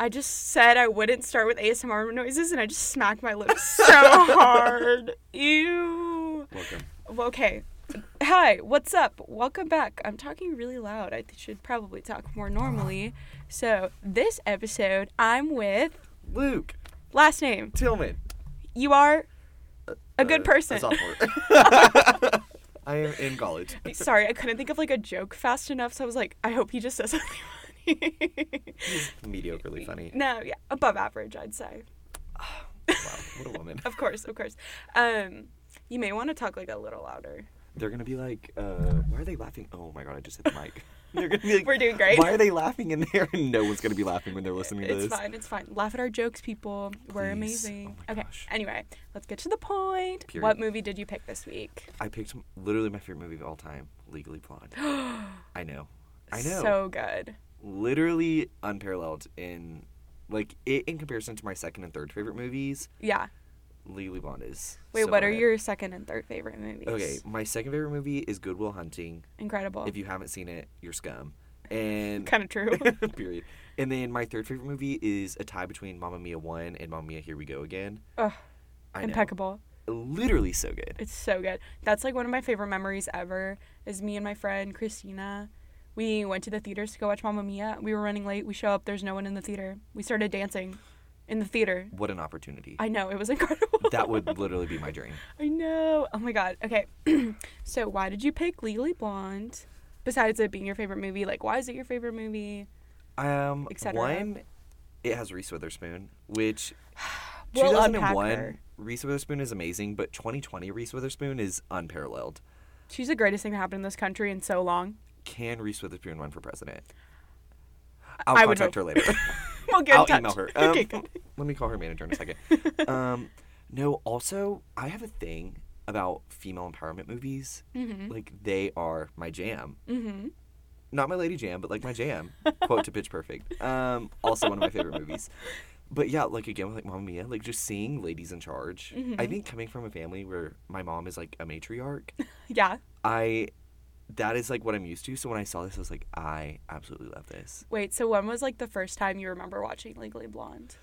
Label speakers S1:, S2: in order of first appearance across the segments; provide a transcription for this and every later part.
S1: I just said I wouldn't start with ASMR noises, and I just smacked my lips so hard. Ew.
S2: Welcome.
S1: Well, Okay. Hi, what's up? Welcome back. I'm talking really loud. I should probably talk more normally. So, this episode, I'm with
S2: Luke
S1: last name.
S2: Tillman.
S1: You are a good
S2: Uh,
S1: person.
S2: A sophomore. I am in college.
S1: Sorry, I couldn't think of like a joke fast enough, so I was like, I hope he just says something funny.
S2: Mediocrely funny.
S1: no, yeah, above average, I'd say.
S2: Wow, what a woman.
S1: Of course, of course. Um, you may want to talk like a little louder.
S2: They're gonna be like, uh, why are they laughing? Oh my god, I just hit the mic. They're gonna be like,
S1: We're doing great.
S2: Why are they laughing in there? And no one's gonna be laughing when they're listening to
S1: It's
S2: this.
S1: fine, it's fine. Laugh at our jokes, people. We're
S2: Please.
S1: amazing.
S2: Oh my
S1: okay,
S2: gosh.
S1: anyway, let's get to the point.
S2: Period.
S1: What movie did you pick this week?
S2: I picked m- literally my favorite movie of all time, Legally Blonde. I know. I know.
S1: So good.
S2: literally unparalleled in, like, it in comparison to my second and third favorite movies.
S1: Yeah.
S2: Legally Blonde is.
S1: Wait,
S2: so
S1: what are
S2: ahead.
S1: your second and third favorite movies?
S2: Okay, my second favorite movie is Goodwill Hunting.
S1: Incredible.
S2: If you haven't seen it, you're scum. And
S1: Kind of true.
S2: period. And then my third favorite movie is a tie between Mamma Mia One and Mamma Mia Here We Go Again.
S1: Ugh,
S2: I know.
S1: impeccable.
S2: Literally so good.
S1: It's so good. That's like one of my favorite memories ever. Is me and my friend Christina. We went to the theaters to go watch Mamma Mia. We were running late. We show up. There's no one in the theater. We started dancing in the theater.
S2: What an opportunity.
S1: I know it was incredible.
S2: that would literally be my dream.
S1: I know. Oh my god. Okay. so why did you pick Legally Blonde? Besides it being your favorite movie, like why is it your favorite movie?
S2: Um,
S1: Et cetera.
S2: one, it has Reese Witherspoon, which
S1: We'll unpack
S2: 2001
S1: her.
S2: Reese Witherspoon is amazing, but 2020 Reese Witherspoon is unparalleled.
S1: She's the greatest thing to happen in this country in so long.
S2: Can Reese Witherspoon run for president? I'll
S1: I would
S2: contact her
S1: hope.
S2: later.
S1: We'll get in
S2: I'll
S1: touch.
S2: email her. Um,
S1: okay. good.
S2: Let me call her manager in a second. um, no, also, I have a thing about female empowerment movies.
S1: Mm-hmm.
S2: Like, they are my jam. Mm-hmm. Not my lady jam, but like my jam. Quote to Pitch Perfect. Um, also, one of my favorite movies. But yeah, like again with like Mamma Mia, like just seeing ladies in charge. I
S1: Mm-hmm.
S2: think coming from a family where my mom is like a matriarch,
S1: Yeah.
S2: I that is like what I'm used to. So when I saw this, I was like, I absolutely love this.
S1: Wait. So when was like the first time you remember watching Legally Blonde?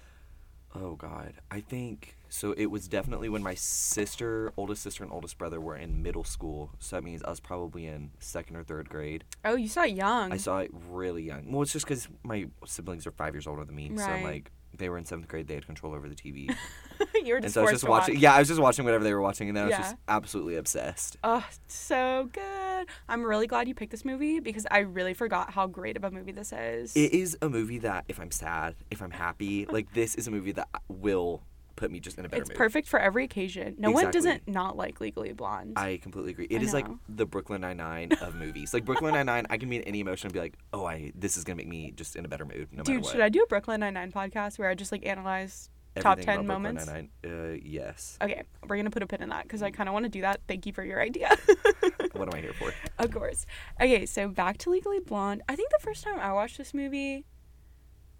S2: Oh God, I think so. It was definitely when my sister, oldest sister, and oldest brother were in middle school. So that means us probably in second or third grade.
S1: Oh, you saw it young.
S2: I saw it really young. Well, it's just because my siblings are five years older than me, so
S1: Right.
S2: I'm like they were in seventh grade. They had control over the TV,
S1: you were
S2: and
S1: just
S2: so
S1: forced
S2: I was just
S1: to
S2: watching.
S1: watch.
S2: Yeah, I was just watching whatever they were watching, and then I
S1: Yeah.
S2: was just absolutely obsessed.
S1: Oh, so good. I'm really glad you picked this movie because I really forgot how great of a movie this is.
S2: It is a movie that if I'm sad, if I'm happy, like this is a movie that will put me just in a better
S1: it's
S2: mood.
S1: perfect for every occasion. No one
S2: Exactly.
S1: doesn't not like Legally Blonde.
S2: I completely agree.
S1: I
S2: It is like
S1: know.
S2: the Brooklyn Nine Nine of movies. Like Brooklyn Nine Nine, I can be in any emotion and be like, "Oh, I this is gonna make me just in a better mood, no matter
S1: Dude,
S2: what."
S1: should I do a Brooklyn Nine Nine podcast where I just like analyze top
S2: Everything
S1: ten
S2: about Brooklyn
S1: moments?
S2: Nine-Nine, Mm. uh, yes.
S1: Okay, we're gonna put a pin in that because I kind of want to do that. Thank you for your idea.
S2: what am I here for?
S1: of course. Okay, so back to Legally Blonde. I think the first time I watched this movie,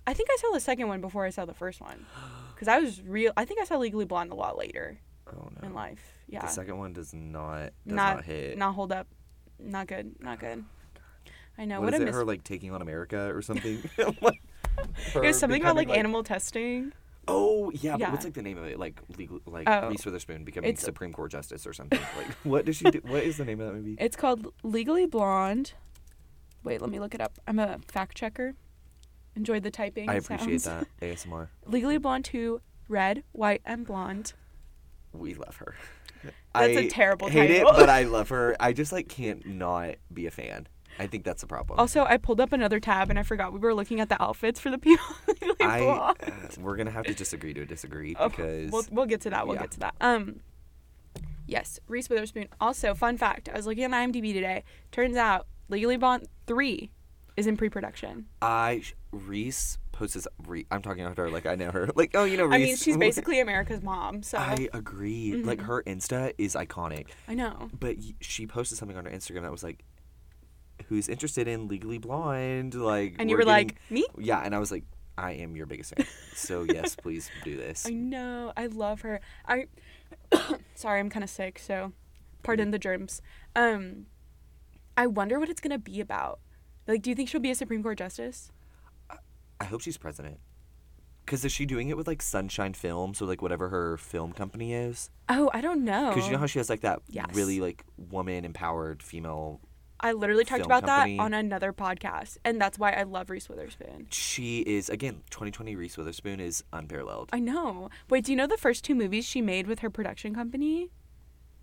S1: I think I saw the second one before I saw the first one, because I was real. I think I saw Legally Blonde a lot later
S2: Oh no.
S1: in life. Yeah.
S2: The second one does not does
S1: not
S2: not, hit. Oh
S1: not hold up. Not good. Not good. I know.
S2: what
S1: What,
S2: is
S1: a
S2: it?
S1: mis-
S2: Her like taking on America or something? like,
S1: it
S2: her
S1: was something about
S2: becoming,
S1: like, animal testing.
S2: Oh
S1: Yeah.
S2: yeah, but what's like the name of it? Like legal, like
S1: Oh.
S2: Reese Witherspoon becoming
S1: It's-
S2: Supreme Court justice or something. like what does she do? What is the name of that movie?
S1: It's called Legally Blonde. Wait, let me look it up. I'm a fact checker. Enjoyed the typing.
S2: I appreciate
S1: sounds.
S2: that ASMR.
S1: Legally Blonde 2, Red, White, and Blonde.
S2: we love her.
S1: That's a
S2: a
S1: terrible
S2: hate
S1: title.
S2: it, but I love her. I just like can't not be a fan. I think that's the problem.
S1: Also, I pulled up another tab and I forgot we were looking at the outfits for the people. Legally
S2: I uh,
S1: Blonde.
S2: we're gonna have to disagree to disagree
S1: Oh,
S2: because
S1: we'll, we'll get to that. We'll
S2: yeah.
S1: get to that. Um, yes, Reese Witherspoon. Also, fun fact: I was looking at IMDb today. Turns out, Legally Blonde three is in pre-production.
S2: I Reese posts. This, Re, I'm talking about her like I know her. Like oh, you know Reese.
S1: I mean, she's basically Mm-hmm. America's mom. So I,
S2: I agree. Like her Insta is iconic,
S1: know.
S2: but y- she posted something on her Instagram that was like, "Who's interested in Legally Blonde?" Like,
S1: And you were like, "Me?"
S2: Yeah, and I was like, "I am your biggest fan." so yes, please do this.
S1: I know. I love her. I. sorry, I'm kind of sick, so pardon the germs. Um, I wonder what it's gonna be about. Like, do you think she'll be a Supreme Court justice?
S2: I hope she's president. Because is she doing it with like Sunshine Films or like whatever her film company is?
S1: Oh, I don't know.
S2: Because you know how she has like that
S1: Yes.
S2: really like woman empowered female.
S1: I literally talked
S2: film
S1: about
S2: company.
S1: that on another podcast, and that's why I love Reese Witherspoon.
S2: She is again 2020 Reese Witherspoon is unparalleled.
S1: I know. Wait, do you know the first two movies she made with her production company?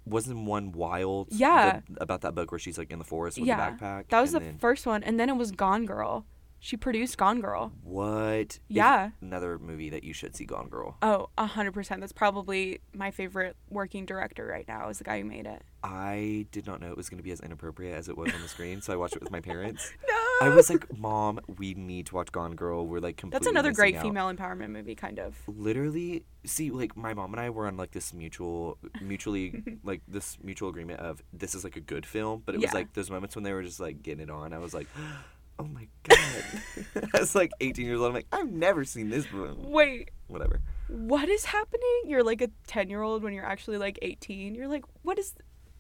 S2: Wasn't one wild? the-
S1: Yeah.
S2: about that book where she's like in the forest with
S1: yeah,
S2: the backpack.
S1: that was
S2: and
S1: the
S2: then-
S1: first one, and then it was Gone Girl. She produced Gone Girl.
S2: What? is
S1: Yeah.
S2: Another movie that you should see, Gone Girl.
S1: Oh, a hundred percent. That's probably my favorite working director right now. Is the guy who made it.
S2: I did not know it was going to be as inappropriate as it was on the screen, so I watched it with my parents.
S1: No.
S2: I was like, "Mom, we need to watch Gone Girl. We're like completely
S1: That's another
S2: missing
S1: great
S2: out."
S1: female empowerment movie, kind of.
S2: Literally, see, like my mom and I were on like this mutual, mutually like this mutual agreement of this is like a good film, but it was
S1: Yeah.
S2: like those moments when they were just like getting it on. I was like, "Oh my god!" I was like 18 years old. I'm like, "I've never seen this movie."
S1: Wait,
S2: Whatever.
S1: what is happening? You're like a ten year old when you're actually like eighteen. You're like, what is,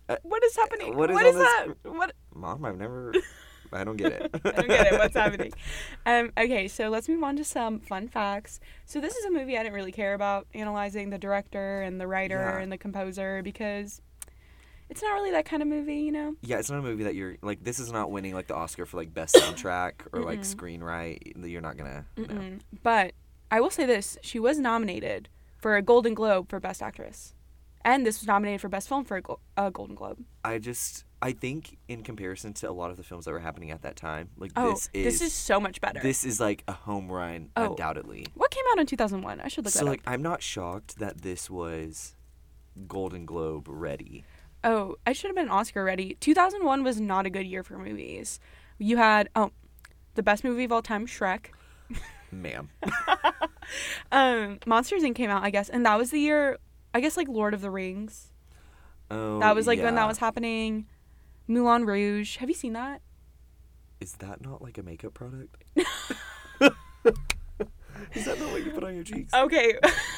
S2: Uh,
S1: what is happening?
S2: what is
S1: what
S2: on
S1: is
S2: this
S1: that? What?
S2: Mom, I've never. I don't get it.
S1: I don't get it. What's happening? Um, okay, so let's move on to some fun facts. So this is a movie I didn't really care about analyzing the director and the writer
S2: Yeah.
S1: and the composer because it's not really that kind of movie, you know.
S2: Yeah, it's not a movie that you're like. This is not winning like the Oscar for like best soundtrack or like screenwrite. You're not gonna. No.
S1: Mm. But I will say this: she was nominated for a Golden Globe for Best Actress, and this was nominated for Best Film for a, Gol- a Golden Globe.
S2: I just I think in comparison to a lot of the films that were happening at that time, like
S1: Oh,
S2: this is
S1: so much better.
S2: this is, like a home run
S1: Oh,
S2: undoubtedly.
S1: what came out in two thousand one? I should look
S2: So
S1: that
S2: like I'm not shocked that this was Golden Globe ready.
S1: up. Oh, I should have been Oscar ready. Two thousand one was not a good year for movies. You had oh, the best movie of all time, Shrek.
S2: Ma'am.
S1: Um, Monsters Inc. came out, I guess, and that was the year. I guess like Lord of the Rings.
S2: Oh,
S1: That was like when that
S2: yeah.
S1: was happening. Moulin Rouge. Have you seen that?
S2: Is that not like a makeup product? is that not what you put on your cheeks?
S1: Okay.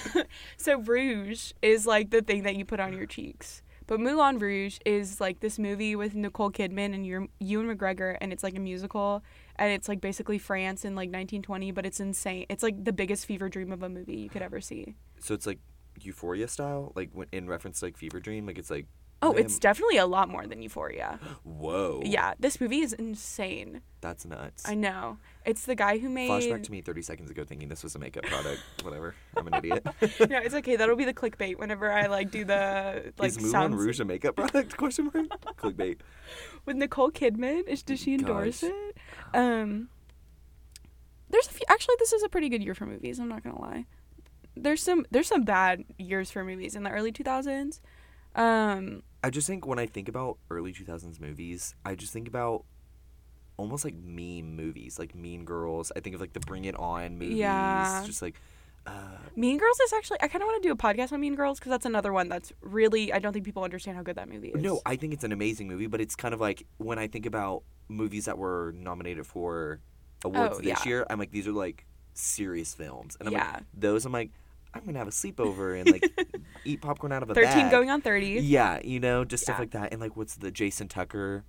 S1: so Rouge is like the thing that you put on your cheeks. But Moulin Rouge is like this movie with Nicole Kidman and your Ewan McGregor and it's like a musical and it's like basically France in like 1920 but it's insane. It's like the biggest fever dream of a movie you could ever see.
S2: So it's like Euphoria style, like when, in reference to like Fever Dream, like it's like
S1: Oh,
S2: them-
S1: it's definitely a lot more than Euphoria.
S2: whoa.
S1: Yeah, this movie is insane.
S2: That's nuts.
S1: I know. It's the guy who made
S2: Flashback to me 30 seconds ago thinking this was a makeup product. Whatever. I'm an idiot.
S1: No, it's okay. That'll be the clickbait whenever I like do the like
S2: Is Moulin
S1: sounds
S2: Rouge a makeup product? Question mark. Clickbait.
S1: with Nicole Kidman. Is does she endorse
S2: Gosh.
S1: it? Um, there's a few. Actually, this is a pretty good year for movies. I'm not gonna lie. There's some there's some bad years for movies in the early 2000s. Um,
S2: I just think when I think about early 2000s movies, I just think about almost like meme movies, like Mean Girls. I think of like the Bring It On movies.
S1: Yeah.
S2: Just like, uh,
S1: Mean Girls is actually I kind of want to do a podcast on Mean Girls because that's another one that's really I don't think people understand how good that movie is.
S2: no, I think it's an amazing movie, but it's kind of like when I think about movies that were nominated for awards
S1: Oh,
S2: this
S1: yeah.
S2: year, I'm like, these are like serious films. And I'm
S1: Yeah.
S2: like, those, I'm like, I'm going to have a sleepover and like eat popcorn out of a
S1: 13
S2: bag.
S1: going on 30.
S2: Yeah, you know, just stuff
S1: Yeah.
S2: like that. And like, what's the Jason Tucker?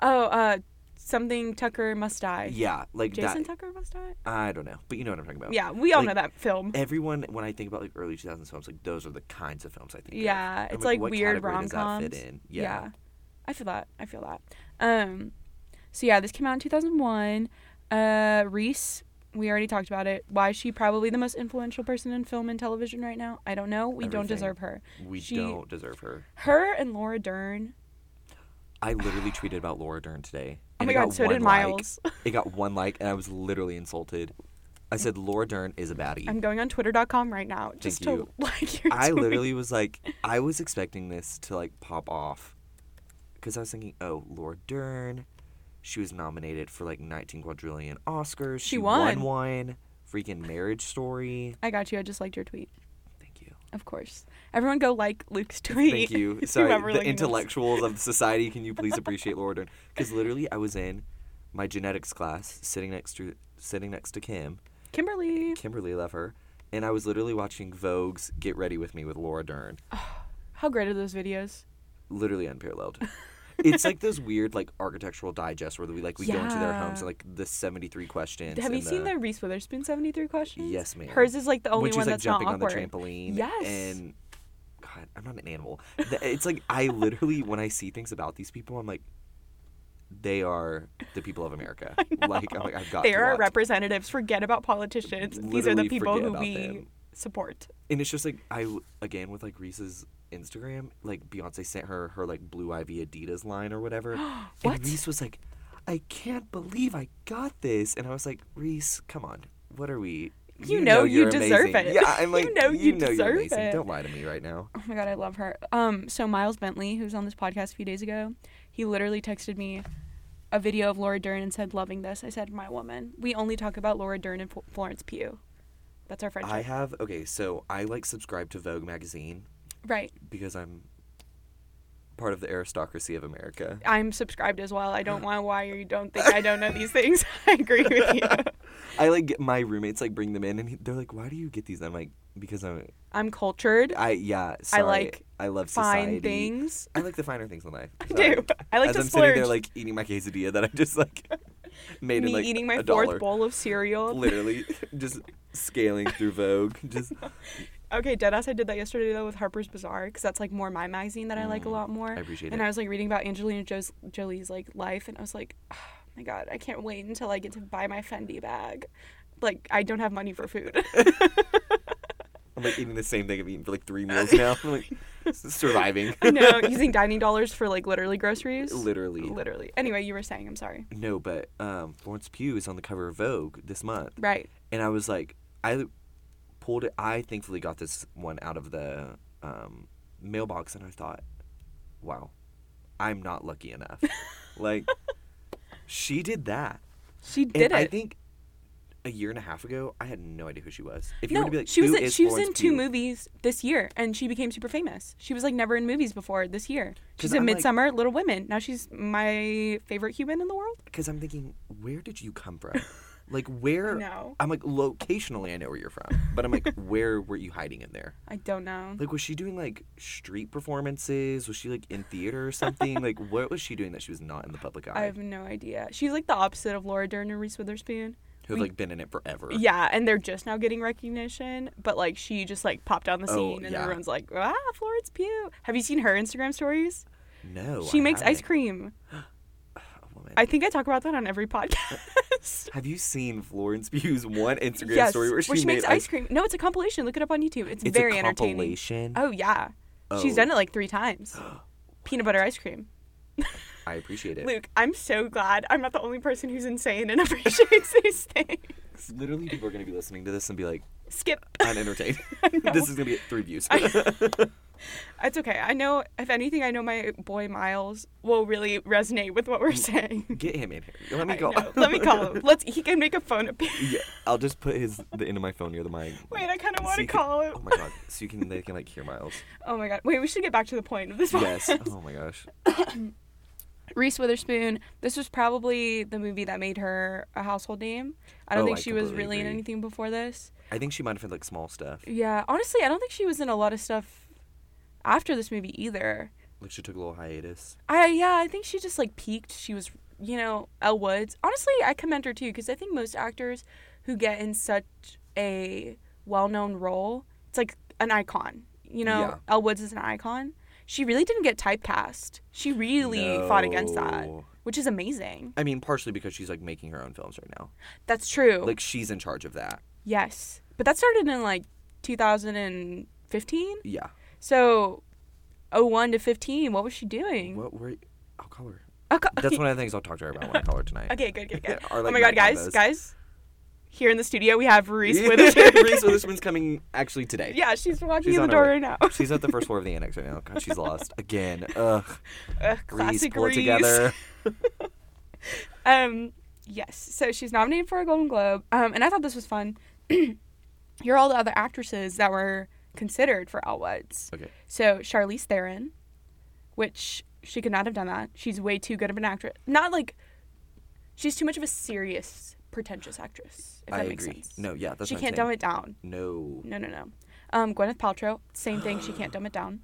S1: Oh, uh, something Tucker must die.
S2: Yeah, like
S1: Jason
S2: that.
S1: Tucker must die.
S2: I don't know, but you know what I'm talking about.
S1: Yeah, we all
S2: Like,
S1: know that film.
S2: Everyone, when I think about like early 2000s films, like those are the kinds of films I think. of.
S1: Yeah,
S2: I'm
S1: it's like,
S2: what
S1: weird
S2: category
S1: rom
S2: does that
S1: coms.
S2: fit in? Yeah.
S1: I feel that. I feel that. Um, so yeah, this came out in 2001. Uh, Reese, we already talked about it. Why is she probably the most influential person in film and television right now? I don't know. We don't
S2: Everything.
S1: deserve her.
S2: We
S1: She-
S2: don't deserve her.
S1: Her and Laura Dern.
S2: I literally tweeted about Laura Dern today.
S1: Oh
S2: and
S1: my
S2: it
S1: god,
S2: got
S1: so
S2: one
S1: did
S2: like.
S1: Miles.
S2: It got one like, and I was literally insulted. I said Laura Dern is a baddie.
S1: I'm going on twitter.com right now just to
S2: e you.
S1: like your
S2: I
S1: tweet.
S2: literally was like, I was expecting this to like pop off, because I was thinking, oh, Laura Dern, she was nominated for like 19 quadrillion Oscars.
S1: She won.
S2: one. Freaking Marriage Story.
S1: I got you. I just liked your tweet.
S2: Thank you.
S1: Of course. Everyone go like Luke's tweet.
S2: Thank you.
S1: If
S2: Sorry,
S1: ever
S2: the
S1: looking this.
S2: intellectuals of society, can you please appreciate Laura Dern? Because literally, I was in my genetics class, sitting next to sitting next to Kim.
S1: Kimberly.
S2: Kimberly love her, and I was literally watching Vogue's "Get Ready with Me" with Laura Dern.
S1: How great are those videos?
S2: Literally unparalleled. it's like those weird like architectural digest where we like we go into their
S1: Yeah.
S2: homes and like the 73 questions.
S1: Have you
S2: and
S1: seen the Reese Witherspoon 73 questions?
S2: Yes, ma'am.
S1: Hers is like the only
S2: when she's
S1: one
S2: like
S1: that's
S2: jumping
S1: not
S2: on the
S1: awkward.
S2: trampoline?
S1: Yes.
S2: And God, I'm not an animal. Th- It's like I literally when I see things about these people, I'm like, they are the people of America. Like I'm like I've got.
S1: they
S2: to
S1: are our
S2: watch.
S1: representatives. Forget about politicians. These are the
S2: Literally
S1: people
S2: forget
S1: who
S2: about
S1: we
S2: them.
S1: support.
S2: and it's just like I again with like Reese's Instagram, like Beyonce sent her her like Blue Ivy Adidas line or whatever,
S1: What?
S2: and Reese was like, "I can't believe I got this," and I was like, "Reese, come on, what are we?"
S1: You know you
S2: you're
S1: deserve
S2: amazing."
S1: it.
S2: Yeah, I'm
S1: You
S2: like, you
S1: know
S2: know
S1: you
S2: you are
S1: deserve
S2: amazing.
S1: it.
S2: Don't lie to me right now.
S1: Oh my god, I love her. Um, so Miles Bentley, who's on this podcast a few days ago, he literally texted me a video of Laura Dern and said, "Loving this." I said, "My woman." We only talk about Laura Dern and Fl- Florence Pugh. That's our friendship.
S2: I have okay, so I like subscribe to Vogue magazine
S1: right.
S2: because I'm part of the aristocracy of America.
S1: I'm subscribed as well. I don't want why you don't think I don't know these things. I agree with you.
S2: I like get my roommates like bring them in, and he- they're like, "Why do you get these?" I'm like, "Because I'm
S1: I'm cultured.
S2: I yeah sorry.
S1: like
S2: I love
S1: Fine
S2: society.
S1: things.
S2: I like the finer things in life.
S1: I do. I like
S2: As
S1: to
S2: I'm
S1: splurge.
S2: sitting there like eating my quesadilla that I just like made
S1: me
S2: in like
S1: eating my
S2: a
S1: fourth
S2: dollar.
S1: bowl of cereal.
S2: Literally just scaling through Vogue. Just
S1: Okay, deadass, I did that yesterday though with Harper's Bazaar because that's like more my magazine that I like a
S2: Mm,
S1: lot more.
S2: I appreciate
S1: and
S2: it.
S1: I was like reading about Angelina Jo's, Jolie's like life, and I was like, oh my god, I can't wait until I get to buy my Fendi bag. Like I don't have money for food.
S2: I'm like eating the same thing I've eaten for like three meals now. I'm like s- surviving.
S1: no, using dining dollars for like literally groceries.
S2: Literally.
S1: Literally. Anyway, you were saying. I'm sorry.
S2: No, but um, Florence Pugh is on the cover of Vogue this month.
S1: Right.
S2: and I was like, I pulled it. I thankfully got this one out of the um, mailbox, and I thought, wow, I'm not lucky enough. like, she did that.
S1: She
S2: And
S1: did it.
S2: I think a year and a half ago, I had no idea who she was. If you
S1: no,
S2: were to be like,
S1: she was
S2: who
S1: in,
S2: is
S1: she was
S2: Florence
S1: in two
S2: Pugh?
S1: movies this year, and she became super famous. She was like never in movies before this year.
S2: 'Cause
S1: She's in
S2: I'm, like-
S1: Midsummer, Little Women. Now she's my favorite human in the world.
S2: Because I'm thinking, where did you come from? Like where?
S1: No.
S2: I'm like locationally, I know where you're from, but I'm like, where were you hiding in there?
S1: I don't know.
S2: Like, was she doing like street performances? Was she like in theater or something? like, what was she doing that she was not in the public
S1: I
S2: eye?
S1: have no idea. She's like the opposite of Laura Dern and Reese Witherspoon.
S2: Who have like been in it forever?
S1: Yeah, and they're just now getting recognition, but like she just like popped on the
S2: Oh,
S1: scene and
S2: yeah.
S1: everyone's like, "Ah, Florence Pugh." Have you seen her Instagram stories?
S2: No.
S1: she
S2: Oh, I
S1: makes ice
S2: haven't.
S1: cream.
S2: Oh, woman.
S1: I think I talk about that on every podcast.
S2: have you seen Florence Pugh's one Instagram
S1: yes,
S2: story where she, made
S1: makes ice cream. No, it's a compilation. Look it up on YouTube. It's,
S2: It's
S1: very
S2: a
S1: entertaining.
S2: compilation.
S1: Oh yeah, she's
S2: Oh.
S1: done it like three times. Peanut butter ice cream.
S2: I appreciate it.
S1: Luke, I'm so glad I'm not the only person who's insane and appreciates these things.
S2: Literally, people are gonna be listening to this and be like,
S1: Skip.
S2: unentertained. this is gonna be three views.
S1: It's okay. I know, if anything, I know my boy Miles will really resonate with what we're saying.
S2: Get him in here. Let me
S1: I
S2: go.
S1: know. Let me call him. Let's. He can make a phone appearance.
S2: yeah, I'll just put his the end of my phone near the mic.
S1: Wait, I kind of
S2: So
S1: want to
S2: you can-
S1: call him.
S2: Oh my god! So you can they can like hear Miles.
S1: Oh my god. Wait, we should get back to the point of this one.
S2: Yes. Oh my gosh.
S1: Reese Witherspoon. This was probably the movie that made her a household name. I don't
S2: Oh,
S1: think
S2: I
S1: she was
S2: completely
S1: really in
S2: agree.
S1: anything before this.
S2: I think she might have had like small stuff.
S1: Yeah. Honestly, I don't think she was in a lot of stuff after this movie either.
S2: Like she took a little hiatus.
S1: I yeah, I think she just like peaked. She was, you know, Elle Woods. Honestly, I commend her too because I think most actors who get in such a well-known role, it's like an icon. You know,
S2: Yeah.
S1: Elle Woods is an icon. She really didn't get typecast. She really fought against that,
S2: No.
S1: which is amazing.
S2: I mean, partially because she's like making her own films right now.
S1: That's true.
S2: Like she's in charge of that.
S1: yes, but that started in like 2015.
S2: Yeah.
S1: So, 01 to 15, what was she doing?
S2: What were? You? I'll call her.
S1: Okay.
S2: That's one of the things I'll talk to her about when I call her tonight.
S1: Okay, good, good, good.
S2: Or,
S1: oh
S2: like,
S1: my god,
S2: night
S1: guys,
S2: combos.
S1: guys. Here in the studio, we have Reese Witherspoon.
S2: Reese Witherspoon's coming actually today.
S1: yeah, she's walking
S2: She's
S1: in the
S2: on her
S1: door
S2: way.
S1: right now.
S2: She's at the first floor of the annex right now. God, she's lost again. Ugh.
S1: Ugh,
S2: Reese,
S1: classic
S2: pull
S1: Reese.
S2: it together.
S1: Um, yes. So she's nominated for a Golden Globe. Um, and I thought this was fun. Here are all the other actresses that were considered for Elwoods.
S2: Okay.
S1: So Charlize Theron, which she could not have done that. She's way too good of an actress. Not like she's too much of a serious, pretentious actress. If
S2: I
S1: that
S2: agree.
S1: makes sense.
S2: No, yeah, that's
S1: she
S2: what I'm
S1: can't
S2: saying.
S1: dumb it down.
S2: No.
S1: No, no, no. Um, Gwyneth Paltrow, same thing. She can't dumb it down.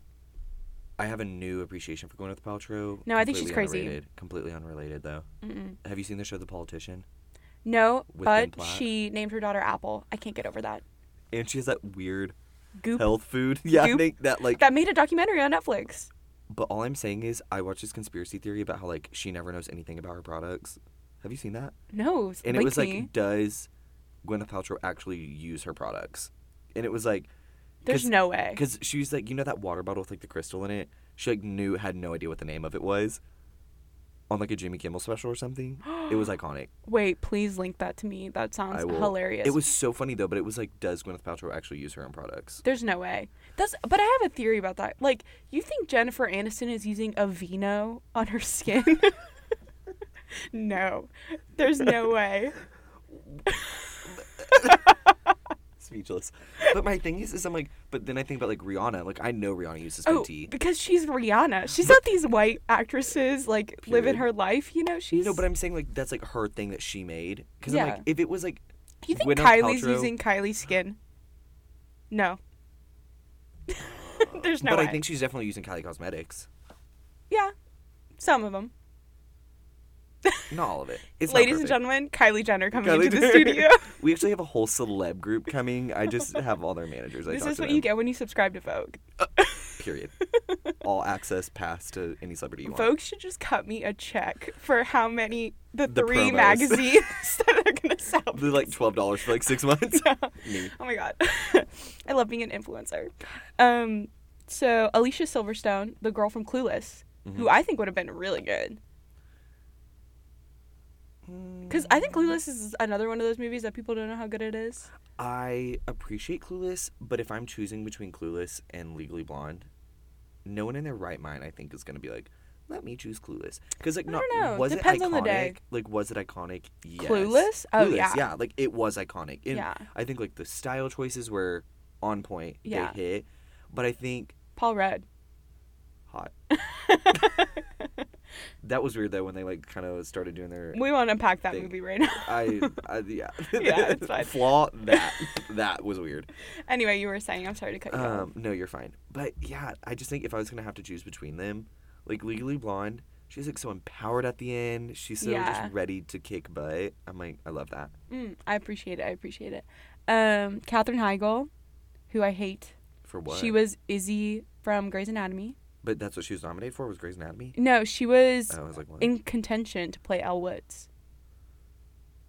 S2: I have a new appreciation for Gwyneth Paltrow.
S1: No, I think she's
S2: Completely
S1: crazy.
S2: unrelated- Completely unrelated, though.
S1: Mm-mm.
S2: Have you seen the show The Politician?
S1: No,
S2: With Ben
S1: but
S2: Platt?
S1: she named her daughter Apple. I can't get over that.
S2: And she has that weird
S1: Goop.
S2: health food. Yeah, I
S1: Goop.
S2: think that like.
S1: That made a documentary on Netflix.
S2: But all I'm saying is, I watched this conspiracy theory about how like she never knows anything about her products. Have you seen that?
S1: No, it's
S2: And
S1: link
S2: it was
S1: me.
S2: like, does Gwyneth Paltrow actually use her products? And it was like,
S1: there's
S2: cause-
S1: no way.
S2: because she was like, you know that water bottle with like the crystal in it. She like knew had no idea what the name of it was. On like a Jimmy Kimmel special or something. it was iconic.
S1: Wait, please link that to me. That sounds
S2: I will.
S1: hilarious.
S2: It was so funny though, but it was like, does Gwyneth Paltrow actually use her own products?
S1: There's no way. That's but I have a theory about that. Like, you think Jennifer Aniston is using Aveeno on her skin? no. There's no way.
S2: Speechless. But my thing is, is I'm like, but then I think about like Rihanna. Like I know Rihanna uses
S1: Oh,
S2: Fenty.
S1: because she's Rihanna. She's not these white actresses like living
S2: Period.
S1: her life, you know? She's
S2: No, but I'm saying like that's like her thing that she made. Because I'm
S1: Yeah.
S2: like, if it was like,
S1: You think
S2: Gwyneth
S1: Kylie's
S2: Paltrow-
S1: using Kylie's skin? No. There's no
S2: but
S1: way.
S2: I think she's definitely using Kylie Cosmetics.
S1: yeah. Some of them.
S2: Not all of it. It's not
S1: Ladies and
S2: perfect.
S1: gentlemen, Kylie Jenner coming
S2: Kylie
S1: into the
S2: Jenner.
S1: studio.
S2: We actually have a whole celeb group coming. I just have all their managers. I
S1: this
S2: talk
S1: is
S2: to
S1: what
S2: them.
S1: you get when you subscribe to Vogue.
S2: Period. all access pass to any celebrity you want.
S1: Vogue should just cut me a check for how many the,
S2: The
S1: three
S2: promos.
S1: magazines that are gonna sell.
S2: They're like twelve dollars for like six months. Me.
S1: Oh my god, I love being an influencer. Um, so Alicia Silverstone, the girl from Clueless,
S2: Mm-hmm.
S1: who I think would have been really good, because I think Clueless is another one of those movies that people don't know how good it is.
S2: I appreciate Clueless, but if I'm choosing between Clueless and Legally Blonde, no one in their right mind, I think, is gonna be like, "Let me choose Clueless," because like,
S1: I
S2: not
S1: don't know.
S2: was
S1: Depends
S2: it iconic?
S1: on the day.
S2: Like, was it iconic? Yes.
S1: Clueless? Oh,
S2: Clueless,
S1: yeah.
S2: like it was iconic. And
S1: Yeah.
S2: I think like the style choices were on point.
S1: Yeah.
S2: They hit, but I think
S1: Paul Rudd.
S2: hot. that was weird though when they like kind of started doing their.
S1: We won't unpack that
S2: Thing.
S1: movie right now.
S2: I, I yeah.
S1: Yeah, it's fine.
S2: Flaw that that was weird.
S1: anyway, you were saying. I'm sorry to cut you off.
S2: Um, no, you're fine. But yeah, I just think if I was gonna have to choose between them, like Legally Blonde, she's like so empowered at the end. She's so
S1: Yeah.
S2: just ready to kick butt. I'm like, I love that.
S1: Mm, I appreciate it. I appreciate it. Um, Katherine Heigl, who I hate.
S2: For what?
S1: She was Izzy from Grey's Anatomy.
S2: but that's what she was nominated for was Grey's Anatomy. Oh,
S1: No, she was
S2: I was like, what?
S1: in contention to play Elle Woods.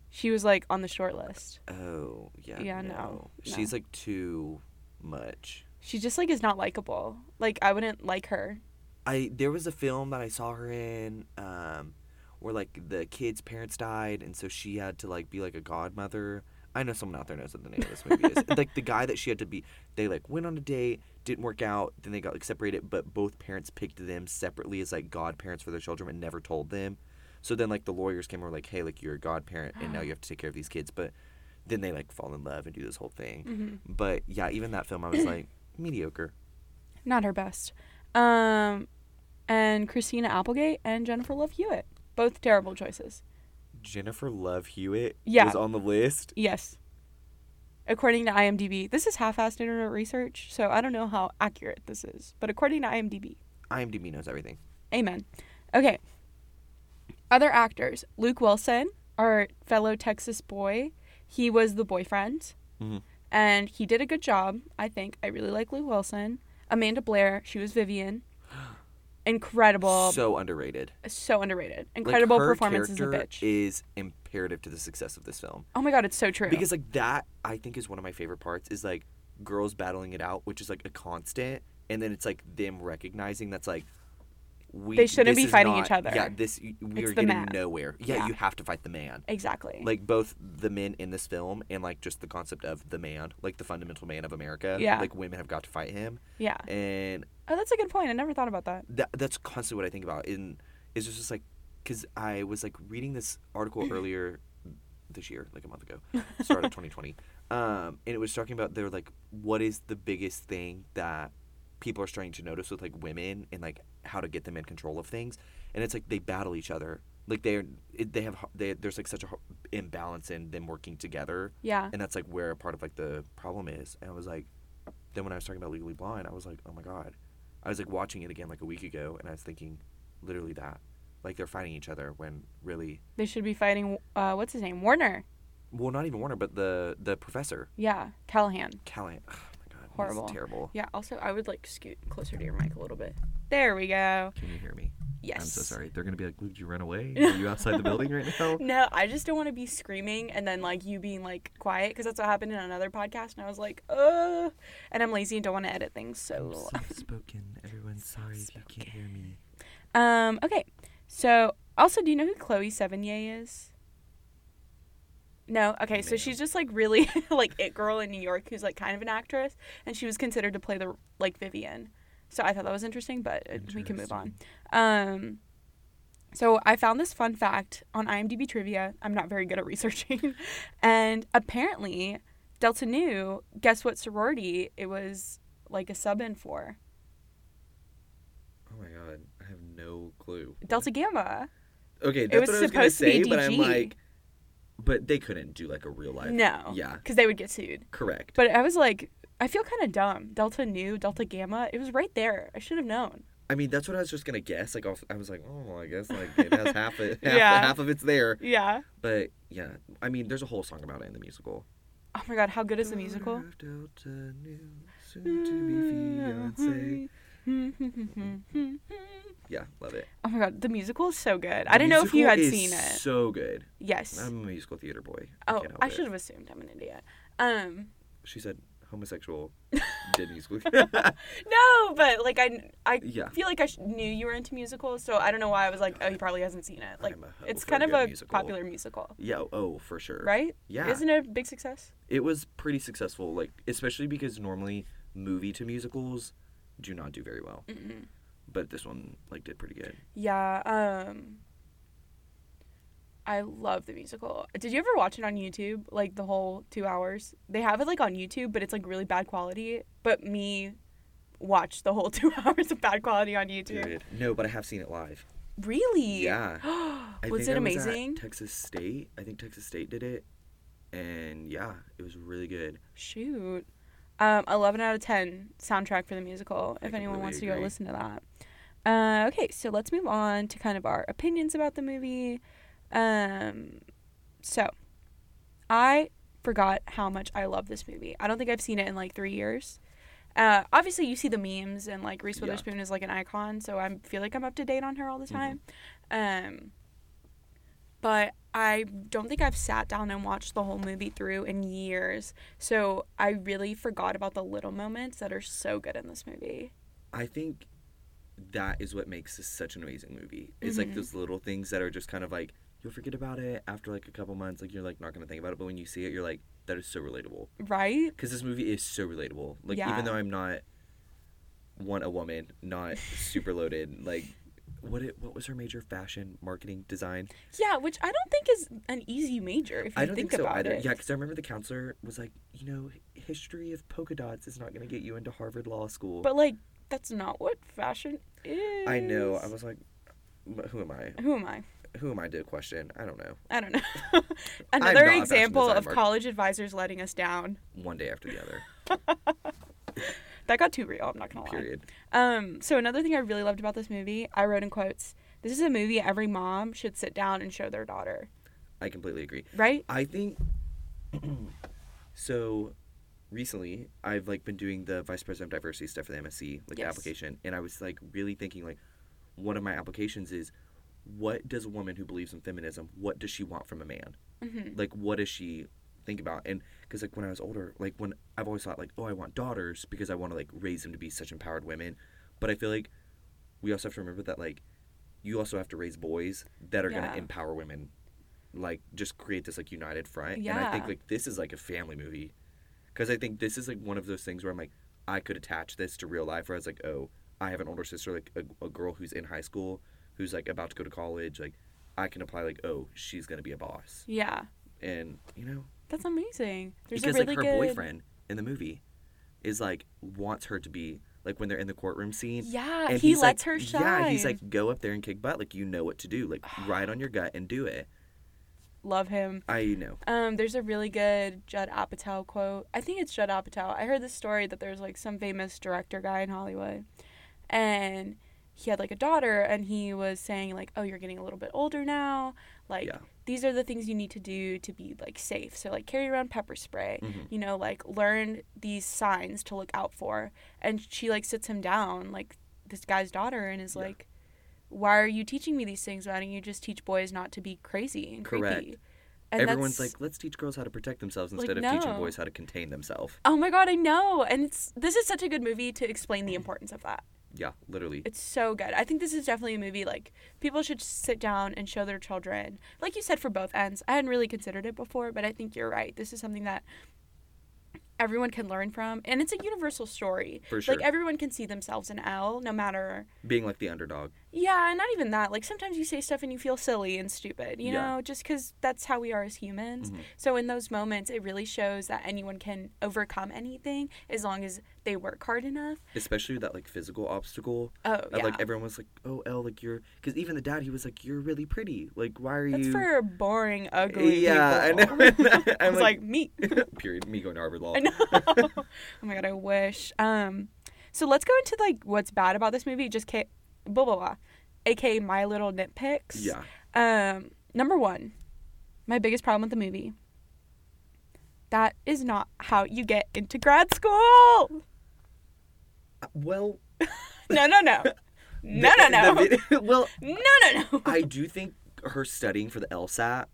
S1: She was like on the short list.
S2: oh yeah.
S1: Yeah,
S2: no.
S1: no,
S2: She's like too much.
S1: She just like is not likable. Like I wouldn't like her.
S2: I there was a film that I saw her in, um, where like the kid's parents died, and so she had to like be like a godmother. I know someone out there knows what the name of this movie is. Like the guy that she had to be, they like went on a date, didn't work out, then they got like separated, but both parents picked them separately as like godparents for their children and never told them. So then like the lawyers came and were like, hey, like you're a godparent and now you have to take care of these kids, but then they like fall in love and do this whole thing. But yeah, even that film, I was like mediocre.
S1: Not her best. Um, and Christina Applegate and Jennifer Love Hewitt. Both terrible choices.
S2: Jennifer Love Hewitt
S1: Yeah.
S2: was on the list.
S1: Yes. According to IMDb, this is half-assed internet research, so I don't know how accurate this is. But according to IMDb,
S2: IMDb knows everything.
S1: Amen. Okay. Other actors Luke Wilson, our fellow Texas boy, he was the boyfriend.
S2: Mhm.
S1: And he did a good job, I think. I really like Luke Wilson. Amanda Blair, she was Vivian. Incredible. So,
S2: so underrated.
S1: underrated.
S2: Like,
S1: Incredible
S2: her
S1: performance as a
S2: character
S1: bitch.
S2: Is imperative to the success of this film
S1: oh my god, it's so true.
S2: because like that I think is one of my favorite parts is like girls battling it out, which is like a constant, and then it's like them recognizing that's like we
S1: They shouldn't
S2: this
S1: be
S2: is
S1: fighting
S2: not-
S1: each other.
S2: Yeah, this we
S1: It's
S2: are
S1: the
S2: getting
S1: man.
S2: nowhere. Yeah,
S1: Yeah.
S2: you have to fight the man.
S1: exactly.
S2: Like both the men in this film and like just the concept of the man, like the fundamental man of America.
S1: Yeah.
S2: like women have got to fight him,
S1: yeah.
S2: and
S1: Oh, that's a good point. I never thought about that.
S2: that that's constantly what I think about. And it's just, just like, because I was like reading this article earlier this year, like a month ago, start of 2020, um, and it was talking about they're like, what is the biggest thing that people are starting to notice with like women and like how to get them in control of things, and it's like they battle each other. Like they're, it, they have, they, there's like such a ho- imbalance in them working together,
S1: Yeah.
S2: and that's like where a part of like the problem is. And I was like, then when I was talking about Legally Blind, I was like, oh my god, I was like watching it again like a week ago, and I was thinking, literally that, like they're fighting each other when really,
S1: They should be fighting. Uh, what's his name? Warner.
S2: well, not even Warner, but the the professor
S1: Yeah, Callahan.
S2: Callahan. Oh my god, he's
S1: Horrible.
S2: terrible.
S1: Yeah. Also, I would like scoot closer to your mic a little bit. There we go.
S2: Can you hear me?
S1: Yes.
S2: I'm so sorry. They're gonna be like, Luke, did you run away? Are you outside the building right now?
S1: No, I just don't want to be screaming and then like you being like quiet because that's what happened in another podcast and I was like, uh, and I'm lazy and don't want to edit things. So,
S2: Soft spoken. Everyone's sorry if you can't hear me.
S1: um, okay. So also, do you know who Chloe Sevigny is? No. Okay. So
S2: No.
S1: she's just like really like it girl in New York who's like kind of an actress and she was considered to play the like Vivian. So I thought that was interesting, but uh, we can move on. Um, so I found this fun fact on IMDb trivia. I'm not very good at researching, and apparently, Delta Nu. Guess what sorority it was like a sub in for?
S2: Oh my god, I have no clue.
S1: Delta Gamma.
S2: Okay, that's
S1: was
S2: what I was gonna
S1: supposed to
S2: say,
S1: be
S2: but I'm
S1: DG.
S2: like, but they couldn't do like a real life.
S1: No.
S2: Yeah,
S1: Because they would get sued.
S2: correct.
S1: But I was like, I feel kind of dumb. Delta Nu, Delta Gamma. It was right there. I should have known.
S2: I mean, that's what I was just gonna guess. Like, off, I was like, oh, well, I guess like it has half it, half,
S1: Yeah.
S2: half of it's there.
S1: Yeah.
S2: But yeah, I mean, there's a whole song about it in the musical.
S1: Oh my God, how good is the musical? Oh
S2: Daughter of Delta Nu, soon to be
S1: Mm-hmm.
S2: fiancé. Yeah, love it.
S1: Oh my God, the musical is so good. I
S2: The
S1: didn't know if you
S2: musical
S1: had
S2: is
S1: seen it.
S2: So good.
S1: Yes.
S2: I'm a musical theater boy.
S1: Oh,
S2: can't help
S1: I
S2: it.
S1: should have assumed I'm an idiot. Um,
S2: She said homosexual did musical.
S1: no, but like I, I
S2: Yeah.
S1: feel like I sh- knew you were into musicals, so I don't know why I was like, oh, he probably hasn't seen it. Like
S2: I'm a hoe
S1: it's
S2: for a
S1: kind of
S2: good
S1: a
S2: musical.
S1: popular musical,
S2: yeah. Oh, for sure.
S1: right?
S2: Yeah.
S1: Isn't it a big success?
S2: it was pretty successful like especially because normally movie to musicals do not do very well
S1: Mm-hmm.
S2: but this one like did pretty good
S1: Yeah. Um, I love the musical. Did you ever watch it on YouTube? Like the whole two hours? They have it like on YouTube, but it's like really bad quality. But me, watched the whole two hours of bad quality on YouTube.
S2: period no but i have seen it live
S1: Really?
S2: yeah I
S1: was
S2: think
S1: it
S2: I at
S1: amazing?
S2: texas state i think texas state did it and yeah it was really good
S1: Shoot. Um, 11 out of 10 soundtrack for the musical,
S2: I
S1: if anyone
S2: completely
S1: wants to go
S2: agree.
S1: listen to that. Uh, okay, so let's move on to kind of our opinions about the movie. Um, so, I forgot how much I love this movie. I don't think I've seen it in like three years. Uh, obviously, you see the memes, and like Reese
S2: Yeah.
S1: Witherspoon is like an icon, so I feel like I'm up to date on her all the time.
S2: Mm-hmm.
S1: Um, but I don't think I've sat down and watched the whole movie through in years. So I really forgot about the little moments that are so good in this movie.
S2: i think that is what makes this such an amazing movie it's
S1: Mm-hmm.
S2: like those little things that are just kind of like you'll forget about it after like a couple months like you're like not gonna think about it but when you see it you're like that is so relatable
S1: Right?
S2: because this movie is so relatable. Like
S1: Yeah.
S2: even though I'm not one a woman, not super loaded, like what it, what was her major fashion marketing design?
S1: Yeah, which I don't think is an easy major if you
S2: I don't
S1: think,
S2: think, so
S1: about
S2: either.
S1: it.
S2: Yeah, because I remember the counselor was like, you know, h- history of polka dots is not going to get you into Harvard Law School.
S1: But like that's not what fashion is.
S2: I know. I was like, "M- who am I?
S1: Who am I?
S2: Who am I to question? I don't know.
S1: I don't know. Another
S2: not a fashion
S1: example
S2: design
S1: of
S2: market.
S1: college advisors letting us down.
S2: One day after the other.
S1: That got too real, I'm not gonna lie.
S2: Period.
S1: Um, so another thing I really loved about this movie, I wrote in quotes, this is a movie every mom should sit down and show their daughter.
S2: I completely agree.
S1: Right?
S2: I think so. Recently, I've like been doing the vice president of diversity stuff for the MSC, like the
S1: Yes.
S2: application, and I was like really thinking like, one of my applications is, what does a woman who believes in feminism, what does she want from a man?
S1: Mm.
S2: Like, what does she think about? And because like when I was older, like when I've always thought like, oh, I want daughters because I want to like raise them to be such empowered women, but I feel like we also have to remember that like, you also have to raise boys that are
S1: Yeah.
S2: gonna empower women like just create this like united front and i think
S1: Yeah.
S2: like this is like a family movie because i think this is like one of those things where i'm like i could attach this to real life where i was like oh i have an older sister like a, a girl who's in high school who's like about to go to college like i can apply like oh she's gonna be a boss
S1: Yeah.
S2: and you know
S1: That's amazing. There's
S2: because
S1: a really
S2: like her
S1: good...
S2: boyfriend in the movie is like wants her to be like when they're in the courtroom scene
S1: Yeah,
S2: and
S1: he
S2: he's
S1: lets
S2: like,
S1: her shine.
S2: yeah he's like go up there and kick butt like you know what to do like ride on your gut and do it
S1: love him.
S2: i know
S1: Um, there's a really good Judd Apatow quote. I think it's Judd Apatow. I heard this story that there's like some famous director guy in Hollywood, and he had like a daughter and he was saying like oh you're getting a little bit older now like
S2: Yeah.
S1: these are the things you need to do to be like safe so like carry around pepper spray
S2: Mhm.
S1: you know like learn these signs to look out for and she like sits him down like this guy's daughter and is
S2: Yeah.
S1: like why are you teaching me these things why don't you just teach boys not to be crazy and
S2: Correct.
S1: creepy and
S2: Everyone's
S1: that's-
S2: like, let's teach girls how to protect themselves
S1: Like,
S2: instead of teaching
S1: no.
S2: boys how to contain themselves.
S1: oh my god i know and it's this is such a good movie to explain the importance of that
S2: Yeah, literally.
S1: It's so good. I think this is definitely a movie like people should sit down and show their children. Like you said, for both ends. I hadn't really considered it before, but I think you're right. This is something that everyone can learn from, and it's a universal story.
S2: For sure.
S1: Like everyone can see themselves in L, no matter.
S2: Being like the underdog.
S1: Yeah, and not even that. Like sometimes you say stuff and you feel silly and stupid, you
S2: Yeah.
S1: know, just because that's how we are as humans.
S2: Mhm.
S1: So in those moments, it really shows that anyone can overcome anything as long as they work hard enough.
S2: Especially that like physical obstacle.
S1: Oh,
S2: Of,
S1: yeah.
S2: Like everyone was like, "Oh, Elle, like you're," because even the dad, he was like, "You're really pretty. Like, why are
S1: That's
S2: you?"
S1: for boring, ugly
S2: yeah,
S1: people.
S2: I know. I'm
S1: I was like, me.
S2: like, period. Me going to Harvard Law.
S1: I know. oh my god, I wish. Um, so let's go into like what's bad about this movie. Just ca- blah blah blah, aka my little nitpicks.
S2: Yeah.
S1: Um, number one, my biggest problem with the movie. That is not how you get into grad school.
S2: Uh, Well.
S1: No, no, no. No, no,
S2: the-
S1: no.
S2: the vid- well,
S1: No, no, no.
S2: I do think her studying for the LSAT,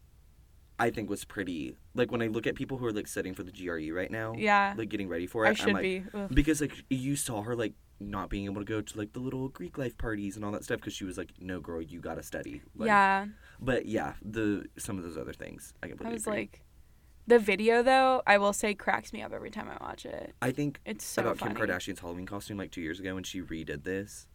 S2: I think was pretty. Like when I look at people who are like studying for the GRE right now.
S1: Yeah.
S2: Like getting ready for it.
S1: I
S2: I'm
S1: should
S2: like,
S1: be. Ugh.
S2: because like you saw her like not being able to go to like the little greek life parties and all that stuff because she was like no girl you gotta study like,
S1: yeah.
S2: but yeah the some of those other things i completely
S1: I was
S2: agree.
S1: like, the video though, I will say, cracks me up every time I watch it.
S2: i think
S1: It's so
S2: about
S1: funny.
S2: kim kardashian's halloween costume like two years ago when she redid this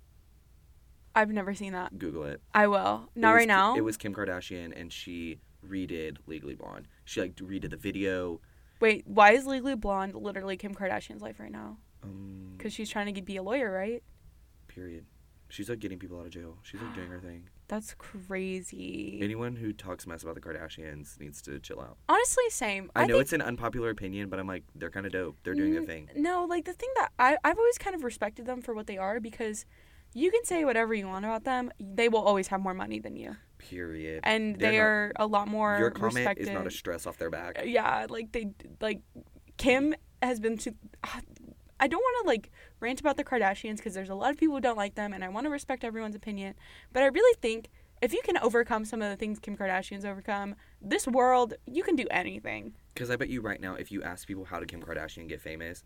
S1: I've never seen that.
S2: google it
S1: I will.
S2: It
S1: Not
S2: was
S1: right
S2: Ki-
S1: now.
S2: it was kim kardashian and she redid legally blonde she like redid the video
S1: Wait, why is Legally Blonde literally Kim Kardashian's life right now?
S2: um
S1: Because she's trying to be a lawyer, right?
S2: period she's like getting people out of jail she's like doing her thing
S1: That's crazy.
S2: anyone who talks mess about the kardashians needs to chill out
S1: Honestly, same.
S2: i, know
S1: think-
S2: it's an unpopular opinion but i'm like they're kind of dope they're doing their
S1: Mm,
S2: thing
S1: No, like the thing that I, I've always kind of respected them for what they are because you can say whatever you want about them. They will always have more money than you.
S2: period
S1: And
S2: They're
S1: they
S2: not-
S1: are a lot more
S2: Your comment
S1: respected.
S2: is not a stress off their back.
S1: yeah, like they like Kim has been to. I don't want to like rant about the Kardashians because there's a lot of people who don't like them, and I want to respect everyone's opinion. But I really think if you can overcome some of the things Kim Kardashian's overcome, this world you can do anything.
S2: Because I bet you right now, if you ask people how did Kim Kardashian get famous,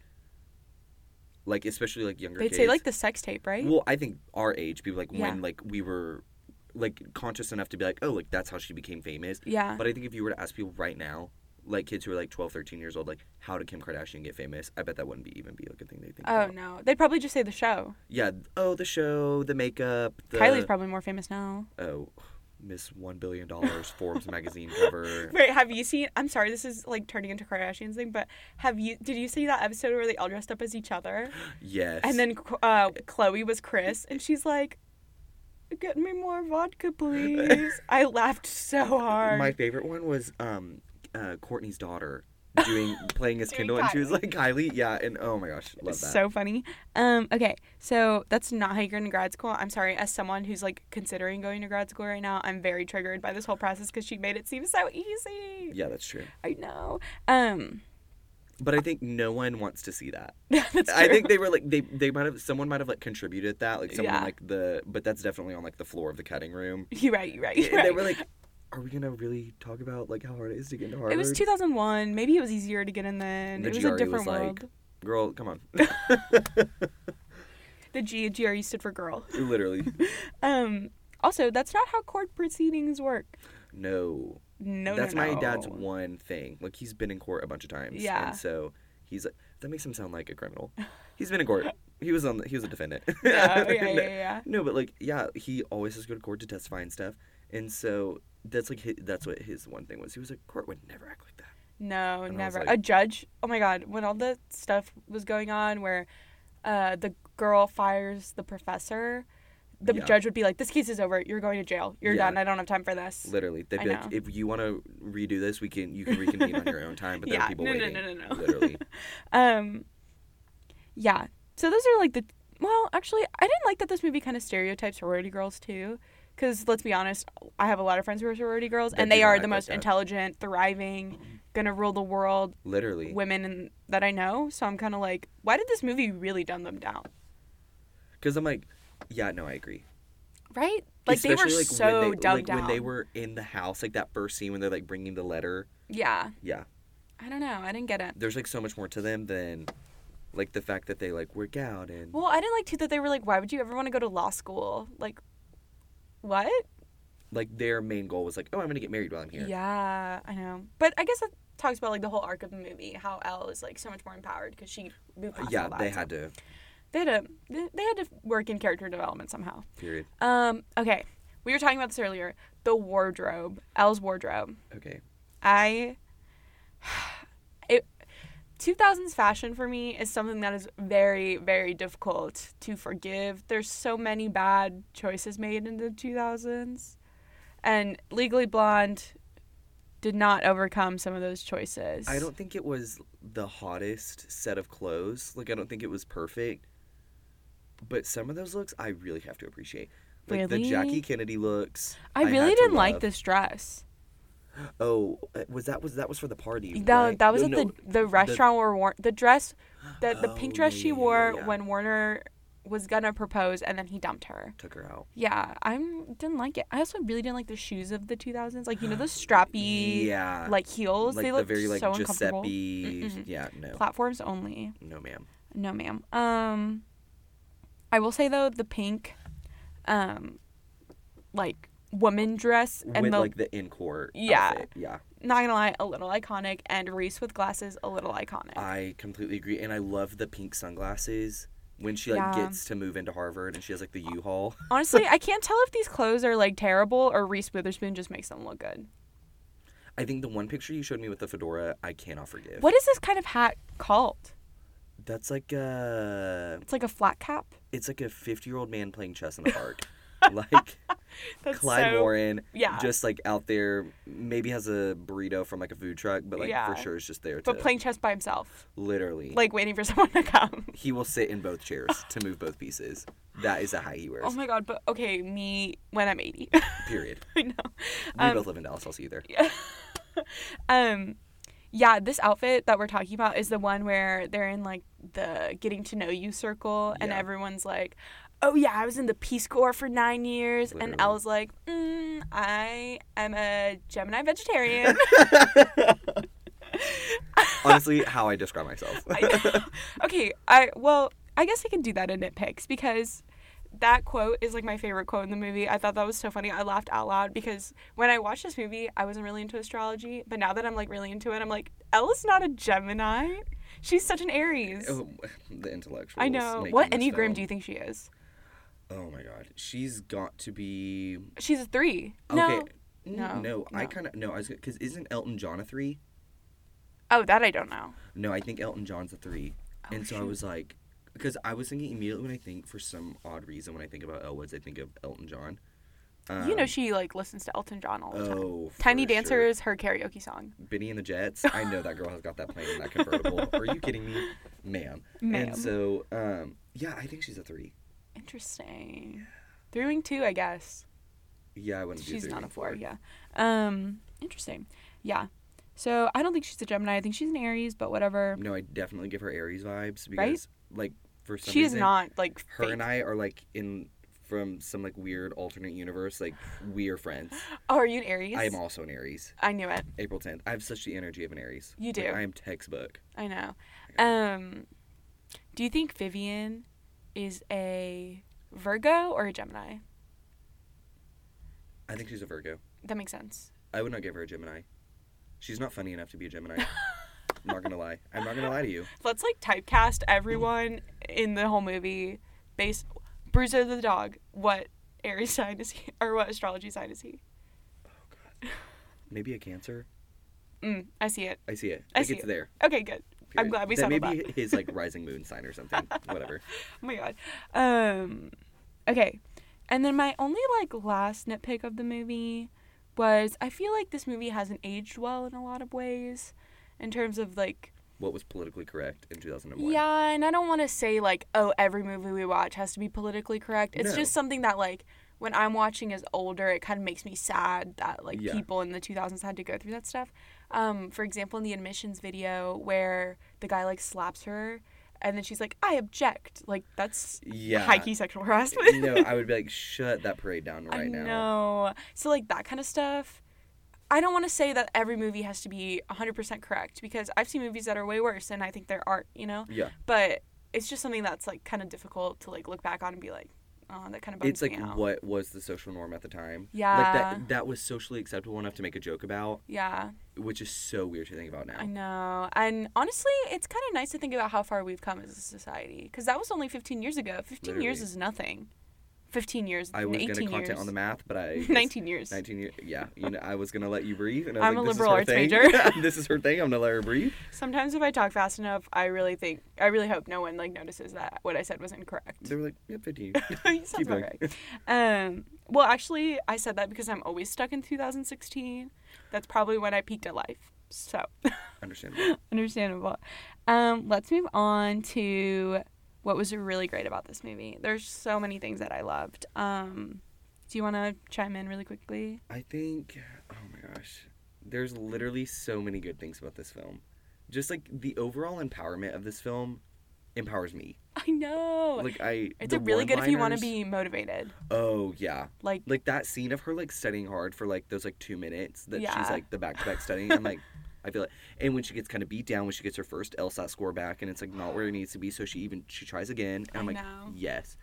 S2: like especially like younger
S1: They'd
S2: kids,
S1: say like the sex tape, right?
S2: well, I think our age, people like
S1: Yeah.
S2: when like we were like conscious enough to be like, oh, like that's how she became famous.
S1: yeah,
S2: But I think if you were to ask people right now, like kids who are like 12, 13 years old, like how did Kim Kardashian get famous? I bet that wouldn't be even be like a thing they think.
S1: Oh
S2: about.
S1: no, they'd probably just say the show.
S2: Yeah. Oh, the show, the makeup. The,
S1: Kylie's probably more famous now.
S2: Oh, Miss One Billion Dollars Forbes magazine cover.
S1: Wait, have you seen? I'm sorry, this is like turning into Kardashians thing, but have you? Did you see that episode where they all dressed up as each other?
S2: Yes.
S1: And then uh, Chloe was Chris, and she's like, "Get me more vodka, please." I laughed so hard.
S2: My favorite one was um, uh, Courtney's daughter doing playing as
S1: Doing
S2: Kendall, and she was like Kylie, yeah, and oh my gosh, love
S1: It's
S2: that.
S1: so funny. Um, okay, so that's not how you get into grad school. I'm sorry, as someone who's like considering going to grad school right now, I'm very triggered by this whole process because she made it seem so easy.
S2: yeah, that's true.
S1: I know. Um,
S2: But I think no one wants to see that.
S1: that's true.
S2: I think they were like they they might have someone might have like contributed that like someone in,
S1: Yeah.
S2: like the but that's definitely on like the floor of the cutting room.
S1: you're right. You're right.
S2: And
S1: You're right.
S2: They were like, are we gonna really talk about like how hard it is to get into Harvard?
S1: it was 2001. Maybe it was easier to get in then.
S2: The
S1: it was
S2: GRE
S1: a
S2: was
S1: different
S2: like-
S1: world.
S2: Girl, come on,
S1: The G GRE stood for girl.
S2: literally,
S1: Um, also, that's not how court proceedings work.
S2: no.
S1: No,
S2: that's
S1: no,
S2: my
S1: no.
S2: dad's one thing. Like he's been in court a bunch of times.
S1: Yeah.
S2: And so he's like that makes him sound like a criminal. He's been in court. He was on. The, he was a defendant.
S1: Yeah, yeah, yeah,
S2: no,
S1: yeah.
S2: no, but like yeah, he always has to go to court to testify and stuff. And so that's like his, that's what his one thing was. He was like court would never act like that.
S1: No,
S2: And I was
S1: never.
S2: like-
S1: a judge. Oh my god, when all the stuff was going on, where uh, the girl fires the professor, the
S2: Yeah.
S1: judge would be like, "This case is over. You're going to jail. You're
S2: Yeah.
S1: done. I don't have time for this."
S2: Literally, they'd
S1: I
S2: be like,
S1: know.
S2: if you want to redo this, we can. You can reconvene on your own time. But there
S1: Yeah,
S2: are people
S1: no, no,
S2: waiting.
S1: no, no, no.
S2: Literally,
S1: Um, yeah. So those are like the well, actually, I didn't like that this movie kind of stereotypes sorority girls too. Because let's be honest, I have a lot of friends who are sorority girls,
S2: That
S1: and
S2: do
S1: they
S2: not
S1: are
S2: act
S1: the
S2: like
S1: most
S2: that.
S1: intelligent, thriving, gonna rule the world
S2: Literally.
S1: women in, that I know. So I'm kind of like, why did this movie really dumb them down?
S2: Because I'm like, yeah, no, I agree.
S1: Right? Like they were
S2: Especially,
S1: so
S2: when they,
S1: dumbed
S2: like,
S1: down.
S2: When they were in the house, like that first scene when they're like bringing the letter.
S1: yeah,
S2: Yeah,
S1: I don't know. I didn't get it.
S2: there's like so much more to them than, like the fact that they like work out and
S1: Well, I didn't like too that they were like, why would you ever want to go to law school? Like, what?
S2: like their main goal was like, oh, I'm gonna get married while I'm here.
S1: Yeah, I know. But I guess that talks about like the whole arc of the movie, how Elle is like so much more empowered because she moved past
S2: yeah,
S1: all that.
S2: they
S1: So
S2: had to.
S1: they had to they they had to work in character development somehow.
S2: Period.
S1: Um, okay, we were talking about this earlier. The wardrobe, Elle's wardrobe.
S2: Okay.
S1: I it 2000s fashion for me is something that is very very difficult to forgive. There's so many bad choices made in the 2000s. And Legally Blonde did not overcome some of those choices.
S2: I don't think it was the hottest set of clothes. Like I don't think it was perfect. But some of those looks I really have to appreciate. Like the
S1: Really?
S2: Jackie Kennedy looks.
S1: I
S2: had
S1: really
S2: to
S1: didn't like
S2: love.
S1: this dress.
S2: Oh, uh, was that was that was for the party?
S1: That,
S2: right?
S1: that was
S2: No,
S1: at
S2: no,
S1: the, the restaurant where War- the dress the, the pink
S2: Oh,
S1: dress
S2: yeah,
S1: she
S2: yeah, yeah,
S1: wore
S2: yeah.
S1: when Warner was gonna propose and then he dumped her.
S2: took her out.
S1: Yeah, I didn't like it. I also really didn't like the shoes of the 2000s. Like, you know, those strappy,
S2: yeah.
S1: like, heels?
S2: Like
S1: they
S2: the
S1: look
S2: very like
S1: so uncomfortable. Mm-hmm.
S2: Giuseppe.
S1: Mm-mm.
S2: Yeah, no,
S1: Platforms only.
S2: no, ma'am.
S1: No, ma'am. Um, I will say, though, the pink, um, like, woman dress and
S2: With
S1: the,
S2: like the in court.
S1: Yeah.
S2: outfit, yeah.
S1: not gonna lie, a little iconic, and Reese with glasses, a little iconic.
S2: I completely agree, and I love the pink sunglasses when she like
S1: Yeah.
S2: gets to move into Harvard and she has like the U-Haul.
S1: Honestly, I can't tell if these clothes are, like, terrible or Reese Witherspoon just makes them look good.
S2: I think the one picture you showed me with the fedora, I cannot forgive.
S1: What is this kind of hat called?
S2: That's like a
S1: It's like a flat cap.
S2: it's like a 50-year-old man playing chess in the park. like
S1: That's
S2: Clyde
S1: so-
S2: Warren,
S1: yeah.
S2: just like out there, maybe has a burrito from like a food truck, but like
S1: Yeah.
S2: for sure is just there
S1: But
S2: to
S1: playing chess by himself.
S2: literally.
S1: like waiting for someone to come.
S2: he will sit in both chairs to move both pieces. That is a high he wears.
S1: Oh my god, but okay, me when I'm 80.
S2: period.
S1: I know.
S2: We
S1: Um,
S2: both live in Dallas. I'll see you there.
S1: Um yeah, this outfit that we're talking about is the one where they're in like the getting to know you circle and
S2: Yeah.
S1: everyone's like, "Oh yeah, I was in the Peace Corps for 9 years." And
S2: Literally.
S1: Elle's like, mm, "I am a Gemini vegetarian."
S2: Honestly, how I describe myself.
S1: I- okay, I well, I guess I can do that in nitpicks because that quote is like my favorite quote in the movie. I thought that was so funny. I laughed out loud because when I watched this movie, I wasn't really into astrology, but now that I'm like really into it, I'm like, Ella's not a Gemini. She's such an Aries.
S2: Oh, the intellectual.
S1: I know. What Enneagram do you think she is?
S2: Oh my god, she's got to be.
S1: She's a three. No.
S2: okay. N-
S1: No,
S2: No, I
S1: no.
S2: kind of no. I was because isn't Elton John a three?
S1: Oh, that I don't know.
S2: No, I think Elton John's a three.
S1: Oh,
S2: and so I
S1: shoot.
S2: was like, because I was thinking immediately when I think for some odd reason when I think about Elwoods, I think of Elton John.
S1: you know
S2: Um,
S1: she like listens to Elton John all the time.
S2: Oh,
S1: Tiny
S2: for
S1: Dancer
S2: sure.
S1: is her karaoke song.
S2: Benny and the Jets. I know that girl has got that plane and that convertible. Are you kidding me, ma'am?
S1: Ma'am.
S2: And so, um, yeah, I think she's a three.
S1: Interesting. Three wing two, I guess.
S2: Yeah, I wouldn't do
S1: she's
S2: three
S1: not a
S2: and
S1: four, yeah um interesting yeah so i don't think she's a gemini i think she's an aries but whatever
S2: No, I definitely give her Aries vibes because,
S1: Right?
S2: like, for some
S1: she is
S2: reason,
S1: not like
S2: her
S1: fake.
S2: and I are like in from some like weird alternate universe. Like, we are friends.
S1: oh are you an aries
S2: I am also an Aries.
S1: I knew it
S2: April tenth. I have such the energy of an Aries.
S1: You
S2: Like,
S1: do.
S2: I am textbook.
S1: i know um do you think vivian is a virgo or a gemini
S2: I think she's a Virgo.
S1: that makes sense
S2: I would not give her a Gemini. She's not funny enough to be a Gemini. I'm not gonna lie. I'm not gonna lie to you.
S1: let's like typecast everyone in the whole movie based bruiser the dog what aries sign is he or what astrology sign is he
S2: Maybe a Cancer.
S1: mm, i see it
S2: I see it.
S1: I
S2: Like
S1: see
S2: it's
S1: it.
S2: there.
S1: okay good i'm glad we
S2: that
S1: settled
S2: may
S1: that
S2: be his like rising moon sign or something. Whatever.
S1: Oh my god. Um okay. And then my only like last nitpick of the movie was I feel like this movie hasn't aged well in a lot of ways in terms of like
S2: what was politically correct in 2001.
S1: Yeah, and I don't want to say like, oh, every movie we watch has to be politically correct. It's
S2: No.
S1: just something that like when I'm watching as older, it kind of makes me sad that like
S2: Yeah.
S1: people in the 2000s had to go through that stuff. Um, for example, in the admissions video where the guy like slaps her and then she's like, I object. Like that's
S2: Yeah.
S1: high key sexual harassment.
S2: no, I would be like, shut that parade down right
S1: I
S2: now.
S1: know. So like that kind of stuff. I don't want to say that every movie has to be 100% correct because I've seen movies that are way worse and I think they're art, you know?
S2: Yeah.
S1: but it's just something that's like kind of difficult to like look back on and be like, oh, that kind of bums
S2: It's like
S1: me out.
S2: what was the social norm at the time? Like
S1: Yeah.
S2: that that was socially acceptable enough to make a joke about,
S1: Yeah,
S2: which is so weird to think about now.
S1: I know. And honestly, it's kind of nice to think about how far we've come as a society because that was only 15 years ago. 15 years
S2: Literally.
S1: is nothing. 15 years.
S2: I was
S1: 18
S2: gonna content
S1: years.
S2: on the math, but I
S1: 19 years.
S2: Nineteen years, yeah. You know, I was gonna let you breathe, and I was
S1: I'm
S2: like,
S1: a
S2: this
S1: liberal
S2: is her
S1: arts
S2: thing.
S1: major.
S2: this is her thing. I'm gonna let her breathe.
S1: Sometimes if I talk fast enough, I really think, I really hope no one like notices that what I said was incorrect.
S2: They were like, yeah, fifteen.
S1: Sounds
S2: Keep
S1: about
S2: going.
S1: right. Um, well, actually, I said that because I'm always stuck in 2016. That's probably when I peaked at life. So.
S2: Understandable.
S1: Understandable. Um, let's move on to what was really great about this movie. There's so many things that I loved. Um, do you want to chime in really quickly?
S2: I think, oh my gosh, there's literally so many good things about this film. Just like the overall empowerment of this film empowers me.
S1: I know.
S2: Like I,
S1: Oh, it's
S2: the
S1: a really good if you want to
S2: one-liners-
S1: be motivated.
S2: Oh yeah,
S1: Like,
S2: like that scene of her like studying hard for like those like two minutes that
S1: Yeah.
S2: she's like the back to back studying. I'm like, I feel it. And when she gets kind of beat down, when she gets her first LSAT score back, and it's like not where it needs to be, so she even she tries again, and I'm
S1: I
S2: like,
S1: know.
S2: yes.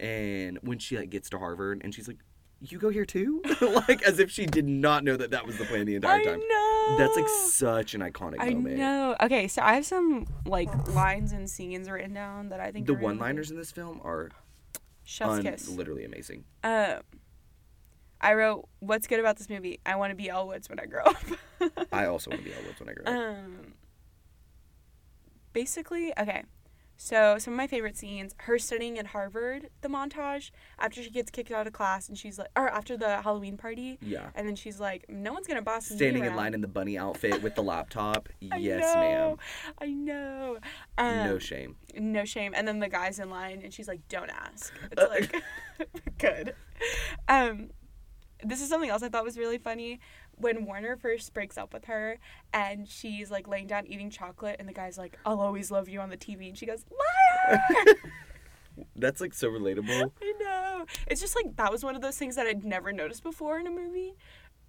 S2: And when she like gets to Harvard, and she's like, you go here too, like as if she did not know that that was the plan the entire
S1: I
S2: time.
S1: know.
S2: That's like such an iconic
S1: I
S2: moment.
S1: know. Okay, so I have some like lines and scenes written down that I think
S2: The
S1: are really good.
S2: one-liners in this film are
S1: Chef's
S2: un-
S1: kiss.
S2: literally amazing.
S1: um, I wrote, "What's good about this movie? I want to be Elwoods when I grow up."
S2: I also want to be Elwood when I grow up.
S1: Um, basically, okay. So some of my favorite scenes: her studying at Harvard, the montage after she gets kicked out of class, and she's like, or after the Halloween party,
S2: yeah.
S1: and then she's like, "No one's gonna boss me
S2: Standing in
S1: around."
S2: line in the bunny outfit with the laptop.
S1: I
S2: yes,
S1: know,
S2: ma'am.
S1: I know. Um,
S2: no
S1: no,
S2: shame.
S1: shame. And then the guys in line, and she's like, "Don't ask." It's like good. Um, this is something else I thought was really funny. When Warner first breaks up with her and she's like laying down eating chocolate, and the guy's like, I'll always love you on the TV. And she goes, Liar!
S2: That's like so relatable.
S1: I know. It's just like that was one of those things that I'd never noticed before in a movie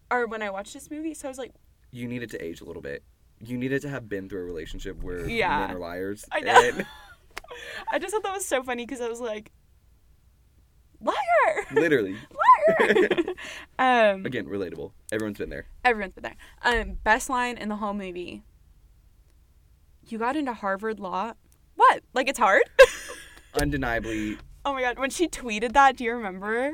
S1: or when I watched this movie. So I was like,
S2: You needed to age a little bit. You needed to have been through a relationship where
S1: Yeah.
S2: men are liars.
S1: I know.
S2: and-
S1: I just thought that was so funny because I was like, Liar!
S2: literally.
S1: Liar! um,
S2: Again, relatable. Everyone's been there.
S1: Everyone's been there. Um, best line in the whole movie. You got into Harvard Law. What? Like it's hard?
S2: Undeniably.
S1: oh my god. When she tweeted that, do you remember?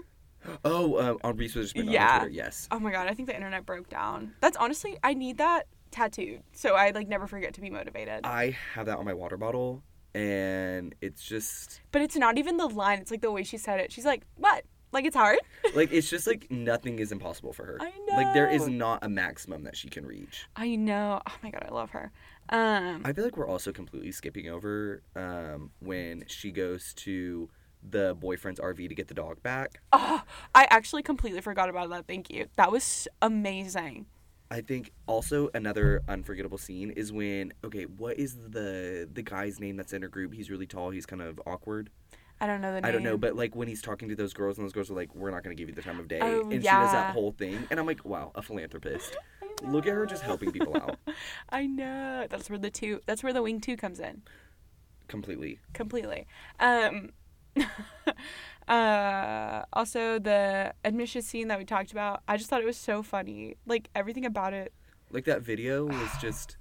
S2: Oh, um, on Reese Witherspoon
S1: Yeah.
S2: on Twitter. Yes.
S1: Oh my god, I think the internet broke down. That's honestly, I need that tattooed. So I like never forget to be motivated.
S2: I have that on my water bottle, and it's just
S1: But it's not even the line, it's like the way she said it. She's like, What? Like it's hard?
S2: like it's just like nothing is impossible for her.
S1: I
S2: Like there is
S1: know.
S2: not a maximum that she can reach.
S1: I know. Oh my god, I love her. Um
S2: I feel like we're also completely skipping over um, when she goes to the boyfriend's RV to get the dog back.
S1: oh, I actually completely forgot about that. Thank you. That was amazing.
S2: I think also another unforgettable scene is when okay, what is the the guy's name that's in her group? He's really tall. He's kind of awkward.
S1: I don't know the name.
S2: I don't know, but like when he's talking to those girls and those girls are like, "We're not going to give you the time of day,"
S1: Oh,
S2: and she does
S1: yeah.
S2: that whole thing, and I'm like, "Wow, a philanthropist." Look at her just helping people out
S1: I know. That's where the two. That's where the wing two comes in
S2: completely.
S1: completely. Um, uh, also the admission scene that we talked about. I just thought it was so funny. Like everything about it.
S2: Like that video was just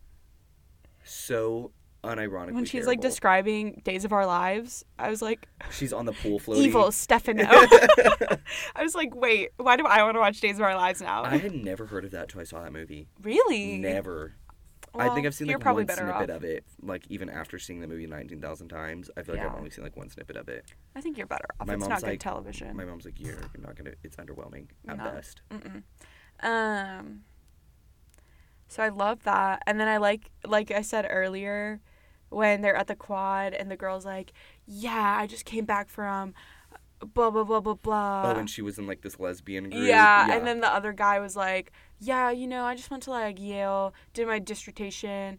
S2: so unironically.
S1: When she's like
S2: terrible.
S1: describing Days of Our Lives, I was like,
S2: she's on the pool floating.
S1: evil Stefano. I was like, wait, why do I want to watch Days of Our Lives now?
S2: I had never heard of that till I saw that movie.
S1: really?
S2: Never. I
S1: Well,
S2: think I've seen
S1: you're
S2: like
S1: probably
S2: one
S1: better
S2: snippet
S1: off.
S2: of it. Like even after seeing the movie nineteen thousand times, I feel like
S1: Yeah.
S2: I've only seen like one snippet of it.
S1: I think you're better off.
S2: My
S1: it's
S2: mom's
S1: not good
S2: like-
S1: television.
S2: My mom's like, "You're Oh, not gonna. It's underwhelming at
S1: No.
S2: best."
S1: Mm-mm. Um, So I love that. And then I like like I said earlier when they're at the quad and the girl's like, "Yeah, I just came back from blah blah blah blah blah."
S2: oh, and she was in like this lesbian group.
S1: yeah, and then the other guy was like, "Yeah, you know, I just went to like Yale, did my dissertation,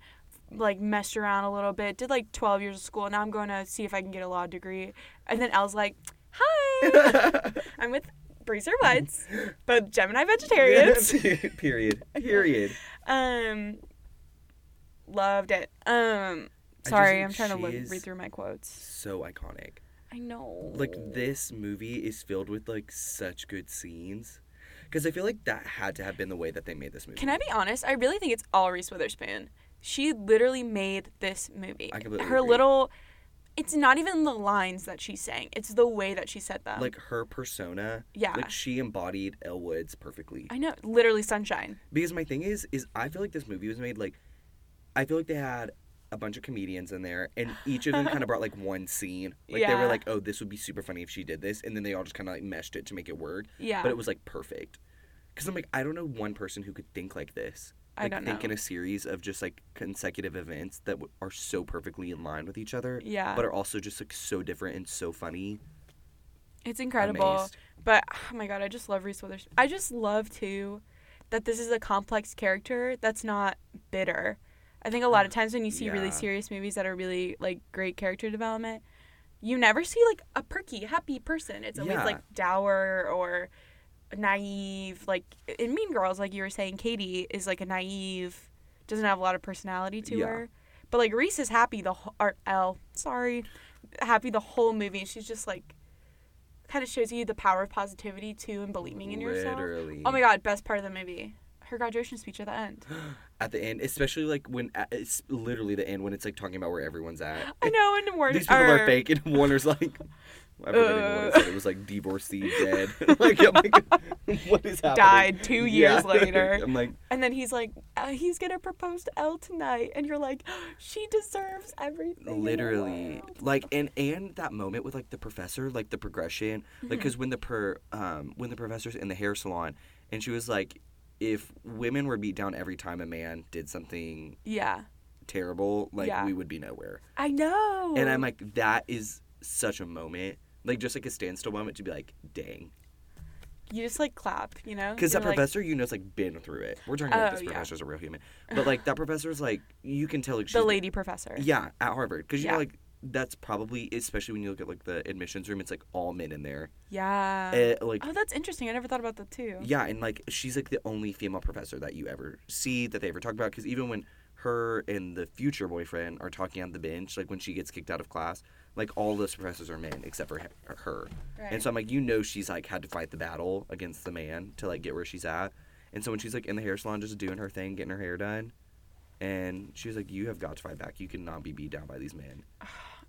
S1: like messed around a little bit, did like 12 years of school, now I'm going to see if I can get a law degree." And then Elle's like, "Hi, I'm with Breezer Whites, both Gemini vegetarians."
S2: period. Period.
S1: Um, loved it. Um,
S2: I
S1: sorry,
S2: just-
S1: I'm trying to look,
S2: she is-
S1: read through my quotes.
S2: So iconic.
S1: I know.
S2: Like this movie is filled with like such good scenes, because I feel like that had to have been the way that they made this movie.
S1: Can I be honest? I really think it's all Reese Witherspoon. She literally made this movie.
S2: I completely
S1: Her
S2: agree.
S1: little. It's not even the lines that she sang. It's the way that she said them.
S2: Like her persona.
S1: Um, Yeah.
S2: Like she embodied Elwood's perfectly.
S1: I know, literally sunshine.
S2: Because my thing is, is I feel like this movie was made like, I feel like they had a bunch of comedians in there, and each of them kind of brought like one scene. Like they
S1: Yeah.
S2: were like, oh, this would be super funny if she did this, and then they all just kind of like meshed it to make it work.
S1: Yeah.
S2: But it was like perfect. Because I'm like, I don't know one person who could think like this.
S1: I
S2: Like,
S1: don't
S2: think in
S1: know.
S2: a series of just like consecutive events that w- are so perfectly in line with each other,
S1: Yeah.
S2: but are also just like so different and so funny.
S1: It's incredible.
S2: Amazed.
S1: But oh my god, I just love Reese Witherspoon. I just love too that this is a complex character that's not bitter. I think a lot of times when you see really
S2: Mm, Yeah.
S1: serious movies that are really like great character development, you never see like a perky, happy person. It's always
S2: Yeah.
S1: like dour or naive. Like in Mean Girls, like you were saying, Katie is like a naive, doesn't have a lot of personality to
S2: Yeah.
S1: her. But like Reese is happy the wh- or L, sorry, happy the whole movie. And she's just like kind of shows you the power of positivity too and believing in yourself.
S2: Literally.
S1: Oh my god, best part of the movie. Her graduation speech at the end.
S2: At the end, especially like when at- it's literally the end when it's like talking about where everyone's at.
S1: I know, and Warner.
S2: These people
S1: or- Uh.
S2: are fake, and Warner's like, I forget even what it said. It was like divorcee, dead. like, I'm like, what is happening?
S1: Died two years
S2: Yeah.
S1: later.
S2: I'm like,
S1: And then he's like, uh, he's gonna propose to Elle tonight, and you're like, she deserves everything. in the
S2: literally,
S1: world.
S2: like, and and that moment with like the professor, like the progression, Like 'cause
S1: Mm-hmm.
S2: like, cause when the per, um, when the professor's in the hair salon, and she was like, if women were beat down every time a man did something
S1: Yeah,
S2: terrible, like
S1: Yeah.
S2: we would be nowhere.
S1: I know.
S2: And I'm like, that is such a moment. Like just like a standstill moment to be like, dang,
S1: you just like clap, you know?
S2: because
S1: Mm, You're
S2: that
S1: like,
S2: professor you know's like been through it. We're talking about
S1: Oh,
S2: this
S1: yeah.
S2: professor's a real human, but like that professor's like you can tell like she's
S1: the lady professor.
S2: yeah, at Harvard, because you
S1: Yeah.
S2: know like that's probably especially when you look at like the admissions room, it's like all men in there.
S1: Yeah.
S2: Eh, like
S1: oh, that's interesting. I never thought about that too.
S2: yeah, and like she's like the only female professor that you ever see that they ever talk about. Because even when her and the future boyfriend are talking on the bench, like when she gets kicked out of class, like all those professors are men except for he- her.
S1: Right.
S2: And so I'm like, you know, she's like had to fight the battle against the man to like get where she's at. And so when she's like in the hair salon, just doing her thing, getting her hair done, and she was like, "You have got to fight back. You cannot be beat down by these men."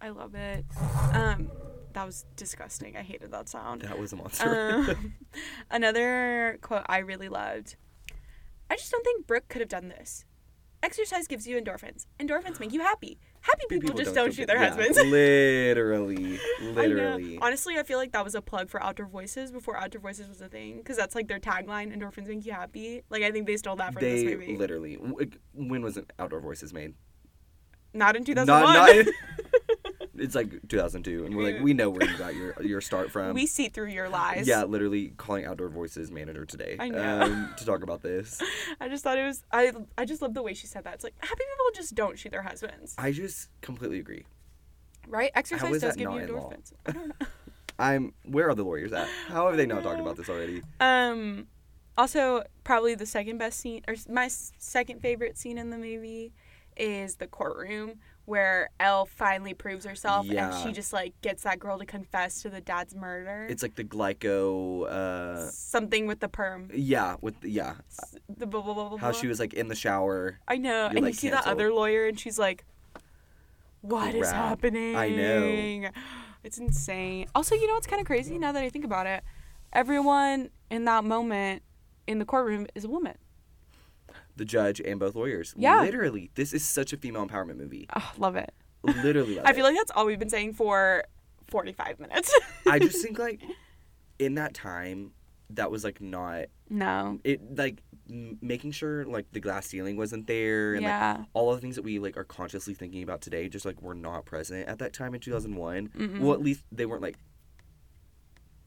S1: I love it. Um, that was disgusting. I hated that sound.
S2: That was a monster.
S1: Um, another quote I really loved. I just don't think Brooke could have done this. Exercise gives you endorphins. Endorphins make you happy. Happy people, just don't, shoot their
S2: yeah,
S1: husbands.
S2: literally,
S1: I know.
S2: literally.
S1: Honestly, I feel like that was a plug for Outdoor Voices before Outdoor Voices was a thing, because that's like their tagline: "Endorphins make you happy." Like I think they stole that from this
S2: they
S1: movie.
S2: literally. w- When was it Outdoor Voices made?
S1: not in two
S2: Not,
S1: thousand one.
S2: not it's like 2002, and we're like, we know where you got your your start from.
S1: we see through your lies.
S2: yeah, literally calling Outdoor Voices manager today
S1: I know.
S2: um, to talk about this.
S1: I just thought it was. I I just love the way she said that. It's like happy people just don't shoot their husbands,
S2: I just completely agree.
S1: right? Exercise
S2: is
S1: does
S2: that
S1: give you
S2: not in law?
S1: endorphins. I don't know.
S2: I'm. Where are the lawyers at? How have they not talked
S1: know.
S2: about this already?
S1: Um, also, probably the second best scene, or s- my s- second favorite scene in the movie, is the courtroom where Elle finally proves herself,
S2: Yeah.
S1: and she just like gets that girl to confess to the dad's murder.
S2: It's like the glyco. Uh,
S1: something with the perm,
S2: yeah, with the, yeah,
S1: S- the blah blah blah blah.
S2: how
S1: blah.
S2: she was like in the shower.
S1: I know, and you
S2: like,
S1: see that
S2: canceled.
S1: other lawyer, and she's like, "What is
S2: Crap.
S1: happening?"
S2: I know.
S1: It's insane. Also, you know what's kind of crazy now that I think about it? Everyone in that moment in the courtroom is a woman.
S2: The judge and both lawyers.
S1: Yeah.
S2: Literally, this is such a female empowerment movie.
S1: Oh, love it.
S2: Literally, love
S1: I
S2: it.
S1: feel like that's all we've been saying for 45 minutes.
S2: I just think like in that time that was like not
S1: no.
S2: it like m- making sure like the glass ceiling wasn't there and like
S1: yeah.
S2: all of the things that we like are consciously thinking about today just like were not present at that time in 2001
S1: Mm-mm.
S2: well at least they weren't like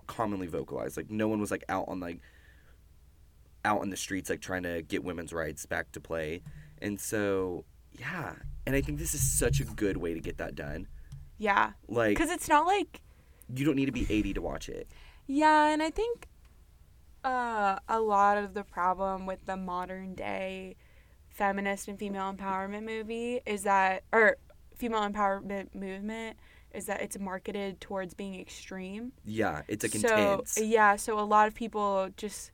S2: commonly vocalized like no one was like out on like out in the streets like trying to get women's rights back to play and so yeah and i think this is such a good way to get that done
S1: yeah.
S2: like
S1: Because it's not like
S2: you don't need to be 80 to watch it
S1: Yeah, and I think uh, a lot of the problem with the modern day feminist and female empowerment movie is that, or female empowerment movement is that it's marketed towards being extreme.
S2: yeah it's like
S1: so
S2: intense
S1: yeah, so a lot of people just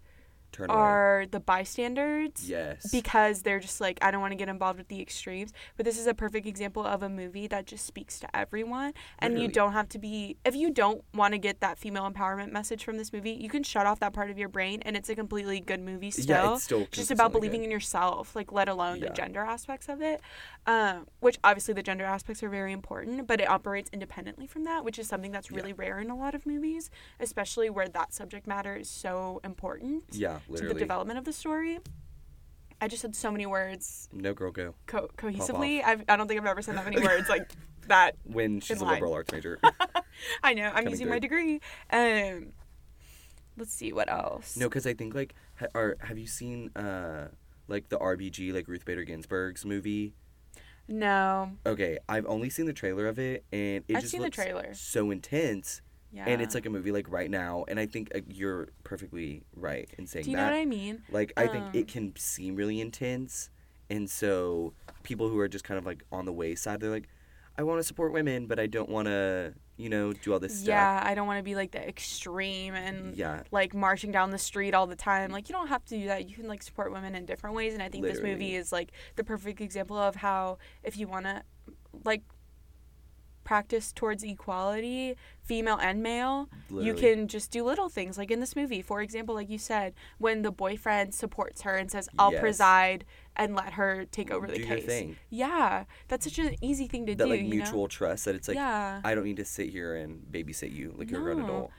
S2: turn away
S1: are the bystanders
S2: yes
S1: because they're just like I don't want to get involved with the extremes. But this is a perfect example of a movie that just speaks to everyone, and you
S2: Literally.
S1: don't have to be if you don't want to get that female empowerment message from this movie, you can shut off that part of your brain, and it's a completely good movie still.
S2: yeah it's still
S1: It's just about
S2: consistently
S1: believing
S2: good.
S1: in yourself, like let alone
S2: Yeah.
S1: the gender aspects of it, um, which obviously the gender aspects are very important, but it operates independently from that, which is something that's
S2: Yeah.
S1: really rare in a lot of movies, especially where that subject matter is so important
S2: yeah
S1: to
S2: literally
S1: the development of the story. I just said so many words
S2: no girl go
S1: co- cohesively. I've, I don't think I've ever said that many words like that.
S2: when she's a
S1: line.
S2: liberal arts major.
S1: I know. I'm
S2: Coming
S1: using my
S2: through.
S1: degree. Um, let's see what else.
S2: no, because I think like, ha- or have you seen uh like the RBG like Ruth Bader Ginsburg's movie?
S1: No.
S2: Okay, I've only seen the trailer of it, and it
S1: I've
S2: just
S1: seen the
S2: looks
S1: trailer.
S2: so intense.
S1: Yeah.
S2: And it's like a movie like right now, and I think uh, you're perfectly right in saying
S1: Do you
S2: that.
S1: know what I mean?
S2: Like I think
S1: Um,
S2: it can seem really intense, and so people who are just kind of like on the wayside, they're like, I want to support women, but I don't want to, you know, do all this
S1: Yeah, I don't want to be like the extreme and
S2: stuff. Yeah,
S1: like marching down the street all the time. Like you don't have to do that. You can like support women in different ways. And I think this movie
S2: Literally.
S1: is like the perfect example of how if you want to like practice towards equality, female and male, you
S2: Literally.
S1: can just do little things like in this movie. For example, like you said, when the boyfriend supports her and says, "I'll
S2: Yes.
S1: preside." And let her take over the
S2: do
S1: case.
S2: your thing.
S1: Yeah, that's such an easy thing to
S2: That
S1: do.
S2: like
S1: you know?
S2: mutual trust that it's like
S1: yeah.
S2: I don't need to sit here and babysit you like you're a grown
S1: No.
S2: adult.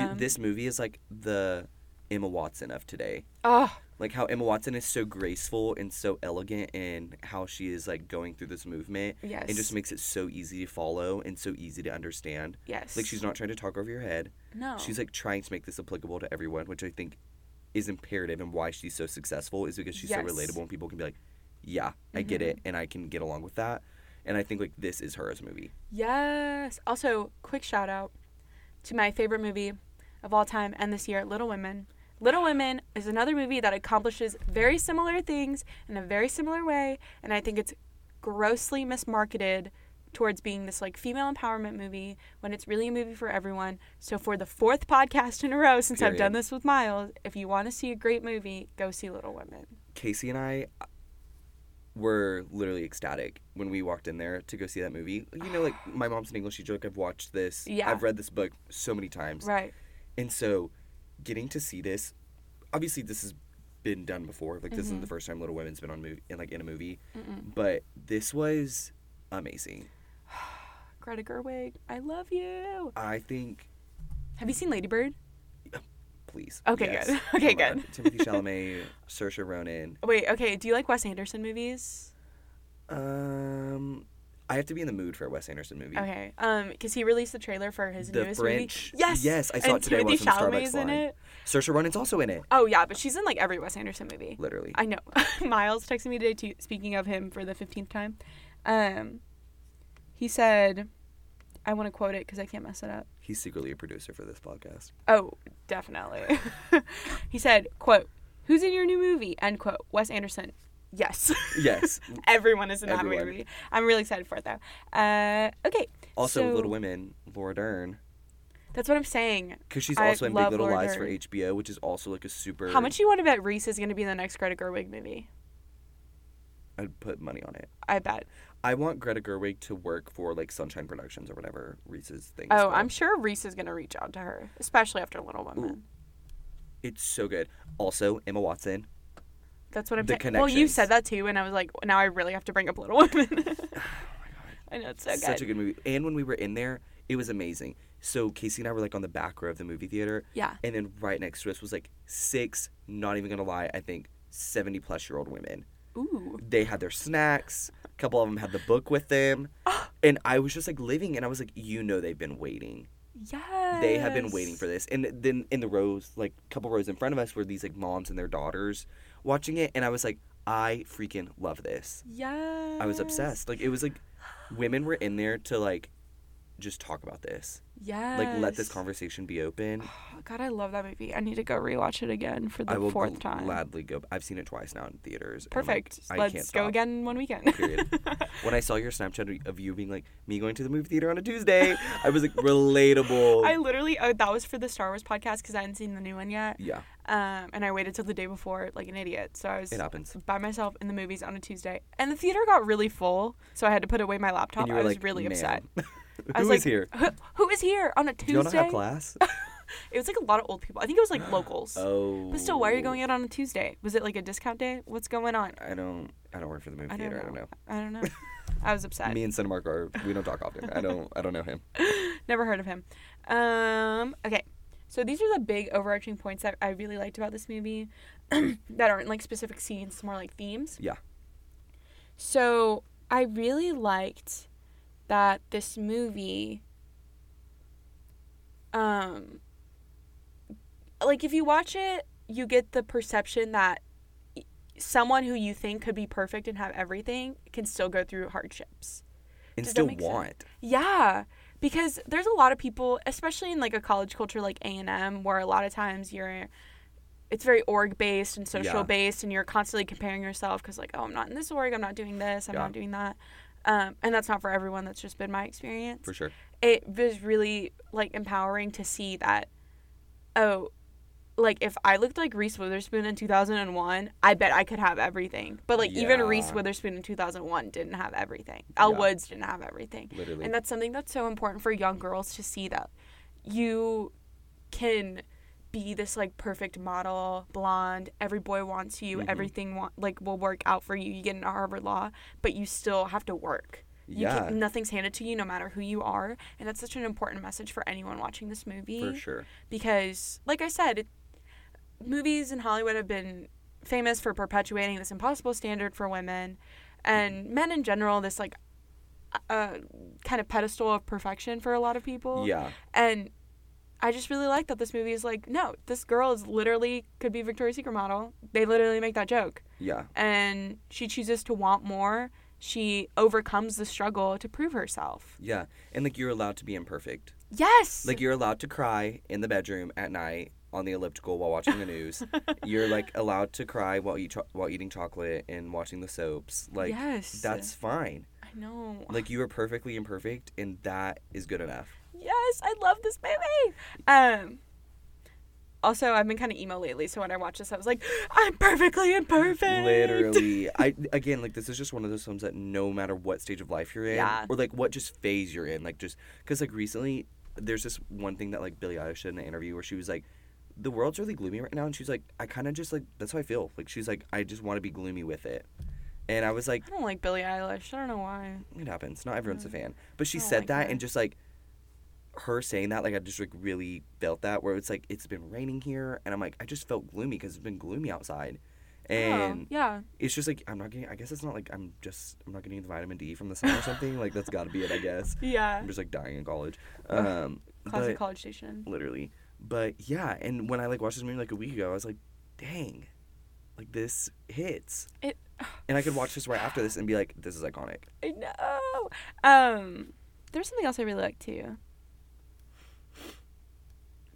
S2: She,
S1: Um,
S2: this movie is like the Emma Watson of today.
S1: oh,
S2: Like how Emma Watson is so graceful and so elegant and how she is like going through this movement.
S1: yes.
S2: It just makes it so easy to follow and so easy to understand.
S1: yes.
S2: Like she's not trying to talk over your head.
S1: no.
S2: She's like trying to make this applicable to everyone, which I think is imperative and why she's so successful is because she's so
S1: Yes. Mm-hmm.
S2: relatable and people can be like, Yeah, I get it and I can get along with that. And I think like this is her as a movie.
S1: Yes. Also, quick shout out to my favorite movie of all time and this year, Little Women. Little Women is another movie that accomplishes very similar things in a very similar way, and I think it's grossly mismarketed towards being this like female empowerment movie when it's really a movie for everyone. So for the fourth podcast in a row since I've done
S2: Period.
S1: this with Miles, if you want to see a great movie, go see Little Women.
S2: Casey and I uh, were literally ecstatic when we walked in there to go see that movie. You know, like my mom's an English teacher. Like I've watched this.
S1: Yeah.
S2: I've read this book so many times.
S1: Right.
S2: And so, getting to see this, obviously this has been done before. Like this
S1: Mm-hmm.
S2: isn't the first time Little Women's been on movie in like in a movie, but this was amazing.
S1: Greta Gerwig, I love you.
S2: I think.
S1: Have you seen Ladybird?
S2: Please. Oh
S1: Okay, good. Okay,
S2: my God.
S1: good.
S2: Timothy Chalamet, Saoirse Ronan.
S1: Wait, okay, do you like Wes Anderson movies?
S2: Um, I have to be in the mood for a Wes Anderson movie.
S1: Okay. Um, because he released the trailer for his
S2: The
S1: newest
S2: French.
S1: movie. Yes.
S2: Yes, I saw
S1: and
S2: it today while
S1: Timothy
S2: I was in the Starbucks
S1: Chalamet's in
S2: line.
S1: it.
S2: Saoirse Ronan's also in it.
S1: Oh yeah, but she's in like every Wes Anderson movie.
S2: Literally.
S1: I know. Miles texted me today too. Speaking of him for the fifteenth time, um, he said, "I want to quote it because I can't mess it up."
S2: He's secretly a producer for this podcast.
S1: Oh, definitely. he said, "Quote: Who's in your new movie?" End quote. Wes Anderson. Yes.
S2: Yes.
S1: Everyone is in that
S2: Everyone.
S1: movie. I'm really excited for it though. Uh, okay.
S2: Also,
S1: so-
S2: Little Women, Laura Dern,
S1: That's what I'm saying.
S2: because she's
S1: I
S2: also in Big
S1: love
S2: Little
S1: Laura
S2: Lies for
S1: Dern.
S2: HBO, which is also like a super.
S1: How much do you want to bet Reese is going to be in the next Greta Gerwig movie?
S2: I'd put money on it.
S1: I bet.
S2: I want Greta Gerwig to work for like Sunshine Productions or whatever Reese's thing. is
S1: Oh,
S2: called.
S1: I'm sure Reese is going to reach out to her, especially after Little Women.
S2: It's so good. Also, Emma Watson.
S1: That's what I'm
S2: The
S1: saying. Well, you said
S2: connections. Oh
S1: that too, and I was like, now I really have to bring up Little Women. I know it's so good.
S2: Such a good movie. And when we were in there, it was amazing. So Casey and I were like on the back row of the movie theater,
S1: yeah.
S2: and then right next to us was like six. Not even gonna lie, I think 70 plus year old women.
S1: Ooh.
S2: They had their snacks. A couple of them had the book with them. And I was just like living, and I was like, you know, they've been waiting.
S1: Yes.
S2: They have been waiting for this. And then in the rows, like a couple rows in front of us, were these like moms and their daughters watching it. And I was like, I freaking love this.
S1: Yes.
S2: I was obsessed. Like, it was like women were in there to like just talk about this,
S1: Yes. Oh,
S2: like let this conversation be open.
S1: God, I love that movie. I need to go rewatch it again for the
S2: I will
S1: fourth
S2: gl-
S1: time.
S2: gladly go. I've seen it twice now in theaters. and I'm like,
S1: Perfect.
S2: I
S1: Let's
S2: can't
S1: go
S2: stop.
S1: again in one weekend.
S2: Period. when I saw your Snapchat of you being like me going to the movie theater on a Tuesday, I was like relatable.
S1: I literally oh that was for the Star Wars podcast because I hadn't seen the new one yet.
S2: yeah,
S1: Um, and I waited till the day before like an idiot. So I was
S2: it happens.
S1: by myself in the movies on a Tuesday, and the theater got really full, so I had to put away my laptop.
S2: And you
S1: I
S2: were
S1: was
S2: like
S1: really
S2: "Man,
S1: upset. I
S2: Who
S1: was
S2: is
S1: like,
S2: here?
S1: Who, who is here on a
S2: Do y'all not have
S1: Tuesday?
S2: class?
S1: It was like a lot of old people. I think it was like locals.
S2: oh,
S1: But still, why are you going out on a Tuesday? Was it like a discount day? What's going on?
S2: Oh, I don't. I don't work for the movie
S1: I don't
S2: theater.
S1: know.
S2: I don't
S1: I
S2: know.
S1: don't know. I was upset.
S2: Me and Cinemark are. We don't talk often. I don't. I don't know him.
S1: Never heard of him. Um, okay. So these are the big overarching points that I really liked about this movie that aren't like specific scenes, it's more like themes.
S2: Yeah.
S1: So I really liked that this movie um like if you watch it, you get the perception that y- someone who you think could be perfect and have everything can still go through hardships.
S2: And
S1: Does that
S2: still
S1: make sense?
S2: want.
S1: Yeah, because there's a lot of people, especially in like a college culture like A and M, where a lot of times you're, it's very org based and social
S2: Yeah.
S1: based, and you're constantly comparing yourself because like, oh, I'm not in this org, I'm not doing this, I'm
S2: Yeah.
S1: not doing that, um, and that's not for everyone. That's just been my experience.
S2: For sure.
S1: It was really like empowering to see that, oh. Like if I looked like Reese Witherspoon in two thousand and one, I bet I could have everything. But like even
S2: Yeah.
S1: Reese Witherspoon in two thousand one didn't have everything. Elle
S2: Yeah.
S1: Woods didn't have everything.
S2: Literally.
S1: And that's something that's so important for young girls to see that you can be this like perfect model, blonde, every boy wants you,
S2: Mhm.
S1: everything wa- like will work out for you. You get into Harvard law, but you still have to work. You
S2: yeah.
S1: can, nothing's handed to you no matter who you are, and that's such an important message for anyone watching this movie
S2: for sure.
S1: because like i said it, movies in hollywood have been famous for perpetuating this impossible standard for women and
S2: Mm-hmm.
S1: men in general this like uh, kind of pedestal of perfection for a lot of people
S2: Yeah.
S1: and i just really like that this movie is like no this girl is literally could be victoria's secret model they literally make that joke
S2: Yeah.
S1: and she chooses to want more she overcomes the struggle to prove herself
S2: Yeah. And like you're allowed to be imperfect.
S1: yes
S2: Like you're allowed to cry in the bedroom at night on the elliptical while watching the news. you're like allowed to cry while you cho- while eating chocolate and watching the soaps. Like
S1: Yes.
S2: that's fine.
S1: i know
S2: Like you are perfectly imperfect and that is good enough.
S1: Yes, I love this movie. Um also I've been kinda emo lately, so when I watched this I was like, I'm perfectly imperfect.
S2: Literally. I again like this is just one of those films that no matter what stage of life you're in
S1: Yeah.
S2: or like what just phase you're in, like just cuz like recently there's this one thing that like Billie Eilish did in an interview where she was like the world's really gloomy right now and she's like I kind of just like that's how I feel. Like she's like I just want to be gloomy with it. And I was like
S1: I don't like Billie Eilish. I don't know why.
S2: it happens. Not everyone's a
S1: Mm.
S2: fan. But she
S1: I don't
S2: said
S1: like
S2: that
S1: her.
S2: and just like her saying that, like I just like really felt that where it's like it's been raining here and I'm like I just felt gloomy because it's been gloomy outside.
S1: oh,
S2: And
S1: yeah.
S2: it's just like I'm not getting I guess it's not like I'm just I'm not getting the vitamin D from the sun or something. like that's gotta be it, I guess.
S1: Yeah.
S2: I'm just like dying in college.
S1: Ugh.
S2: Um
S1: Classic
S2: but-
S1: college station.
S2: literally. But yeah, and when I like watched this movie like a week ago, I was like, dang, like this hits.
S1: It-
S2: and I could watch this right after this and be like, this is iconic.
S1: I know. Um there's something else I really like too.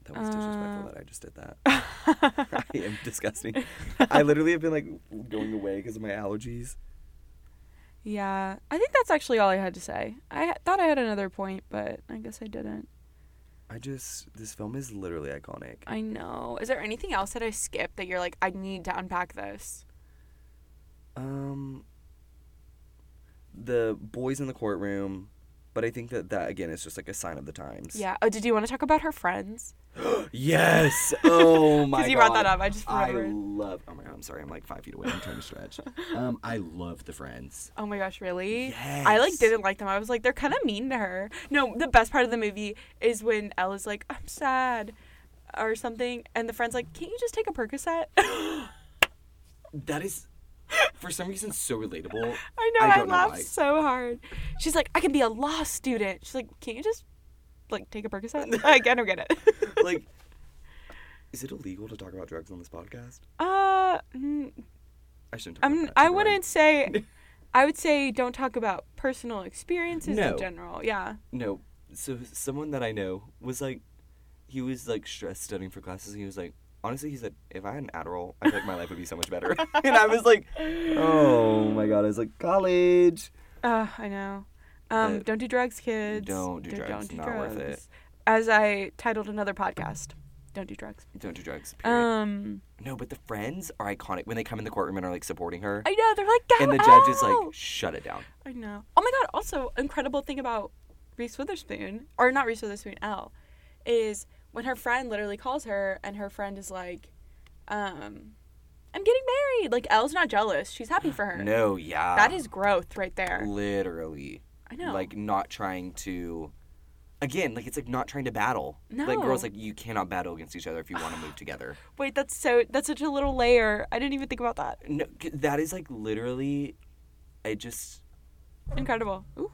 S2: That was disrespectful
S1: Uh.
S2: that I just did that. I am disgusting. I literally have been like going away because of my allergies.
S1: yeah. I think that's actually all I had to say. I ha- thought I had another point, but I guess I didn't.
S2: I just this film is literally iconic.
S1: I know. Is there anything else that I skipped that you're like, I need to unpack this?
S2: Um, the boys in the courtroom, but I think that that again is just like a sign of the times.
S1: Yeah. Oh, did you want to talk about her friends?
S2: Yes. Oh my god.
S1: Because you brought that up. I just
S2: I
S1: remembered.
S2: love. Oh my god. I'm sorry. I'm like five feet away. I'm trying to stretch. Um, I love the friends.
S1: Oh my gosh, really? I like
S2: Yes.
S1: didn't like them. I was like, they're kind of mean to her. No, the best part of the movie is when Elle is like, I'm sad or something, and the friend's like, can't you just take a Percocet?
S2: That is, for some reason, so relatable.
S1: I know. I,
S2: don't know
S1: laughed
S2: why.
S1: so hard. She's like, I can be a law student. She's like, can't you just like take a Percocet? like, I don't get it.
S2: Like, is it illegal to talk about drugs on this podcast?
S1: uh, mm,
S2: I shouldn't. Talk
S1: I'm.
S2: about that.
S1: I
S2: Never mind.
S1: wouldn't say. I would say don't talk about personal experiences
S2: No.
S1: in general. Yeah.
S2: No. So someone that I know was like, he was like stressed studying for classes, and he was like, honestly, he said, if I had an Adderall, I think my life would be so much better. and I was like, oh my god, I was like, college.
S1: Uh, I know. Um,
S2: But
S1: don't do drugs, kids.
S2: don't do drugs, not worth it.
S1: As I titled another podcast, don't do drugs.
S2: Don't do drugs. Period.
S1: Um,
S2: no, but the friends are iconic when they come in the courtroom and are like supporting her,
S1: I know they're like, go
S2: and the judge is
S1: out!"
S2: like, shut it down.
S1: I know. Oh my god! Also, incredible thing about Reese Witherspoon, or not Reese Witherspoon, Elle, is when her friend literally calls her, and her friend is like, um, "I'm getting married." Like Elle's not jealous; she's happy for her.
S2: No, yeah.
S1: That is growth right there.
S2: literally
S1: I know.
S2: like not trying to. Again, like it's like not trying to battle. Like girls,
S1: No.
S2: like you cannot battle against each other if you want to move together.
S1: Wait, that's so. That's such a little layer. I didn't even think about that.
S2: No, c- that is like literally, I just
S1: Incredible. Ooh.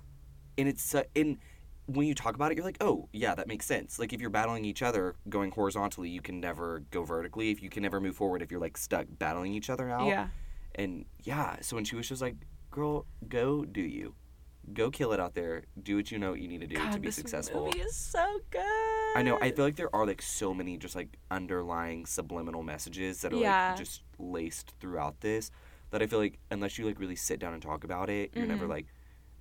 S2: and it's su- and when you talk about it, you're like, oh yeah, that makes sense. Like if you're battling each other, going horizontally, you can never go vertically. If you can never move forward, if you're like stuck battling each other out.
S1: Yeah.
S2: And yeah, so when she was just like, girl, go do you, go kill it out there, do what you know you need to do
S1: God,
S2: to be
S1: this
S2: successful.
S1: movie is so good.
S2: I know. I feel like there are like so many just like underlying subliminal messages that are
S1: Yeah.
S2: like just laced throughout this that I feel like unless you like really sit down and talk about it, you're never
S1: Mhm.
S2: like,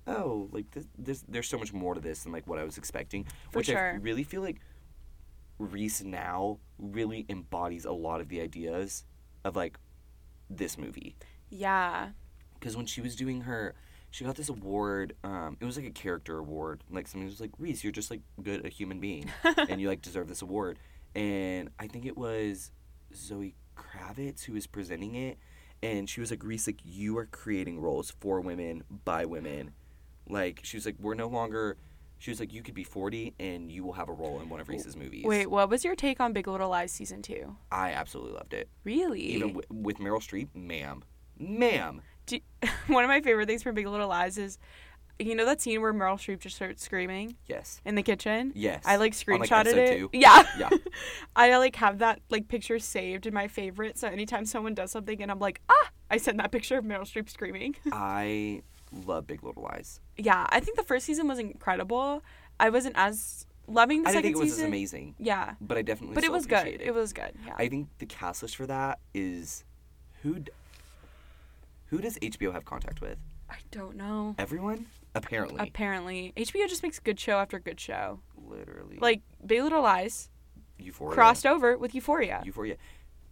S2: oh, like this, this, there's so much more to this than like what I was expecting,
S1: For
S2: which I
S1: sure.
S2: really feel like Reese now really embodies a lot of the ideas of like this movie
S1: Yeah.
S2: because when she was doing her she got this award um, it was like a character award like somebody was like reese you're just like good a human being and you like deserve this award and i think it was zoe kravitz who was presenting it and she was like reese like you are creating roles for women by women like she was like we're no longer she was like you could be 40 and you will have a role in one of reese's movies
S1: Wait, what was your take on Big Little Lies season two?
S2: i absolutely loved it
S1: Really?
S2: even w- with meryl streep ma'am ma'am
S1: Do, one of my favorite things from Big Little Lies is, you know that scene where Meryl Streep just starts screaming
S2: yes
S1: in the kitchen.
S2: yes
S1: I like
S2: On,
S1: screenshotted
S2: episode
S1: it.
S2: two.
S1: Yeah.
S2: Yeah.
S1: I like have that like picture saved in my favorites. So anytime someone does something and I'm like, ah, I send that picture of Meryl Streep screaming.
S2: I love Big Little Lies.
S1: yeah, I think the first season was incredible. I wasn't as loving the
S2: I didn't
S1: second
S2: think it was as
S1: season.
S2: amazing,
S1: Yeah,
S2: but I definitely.
S1: but it
S2: still
S1: was good.
S2: appreciate
S1: It was good. Yeah.
S2: I think the cast list for that is who. d- Who does HBO have contact with?
S1: I don't know.
S2: Everyone, apparently.
S1: Apparently, HBO just makes good show after good show.
S2: Literally.
S1: Like Big Little Lies
S2: Euphoria.
S1: crossed over with Euphoria.
S2: Euphoria.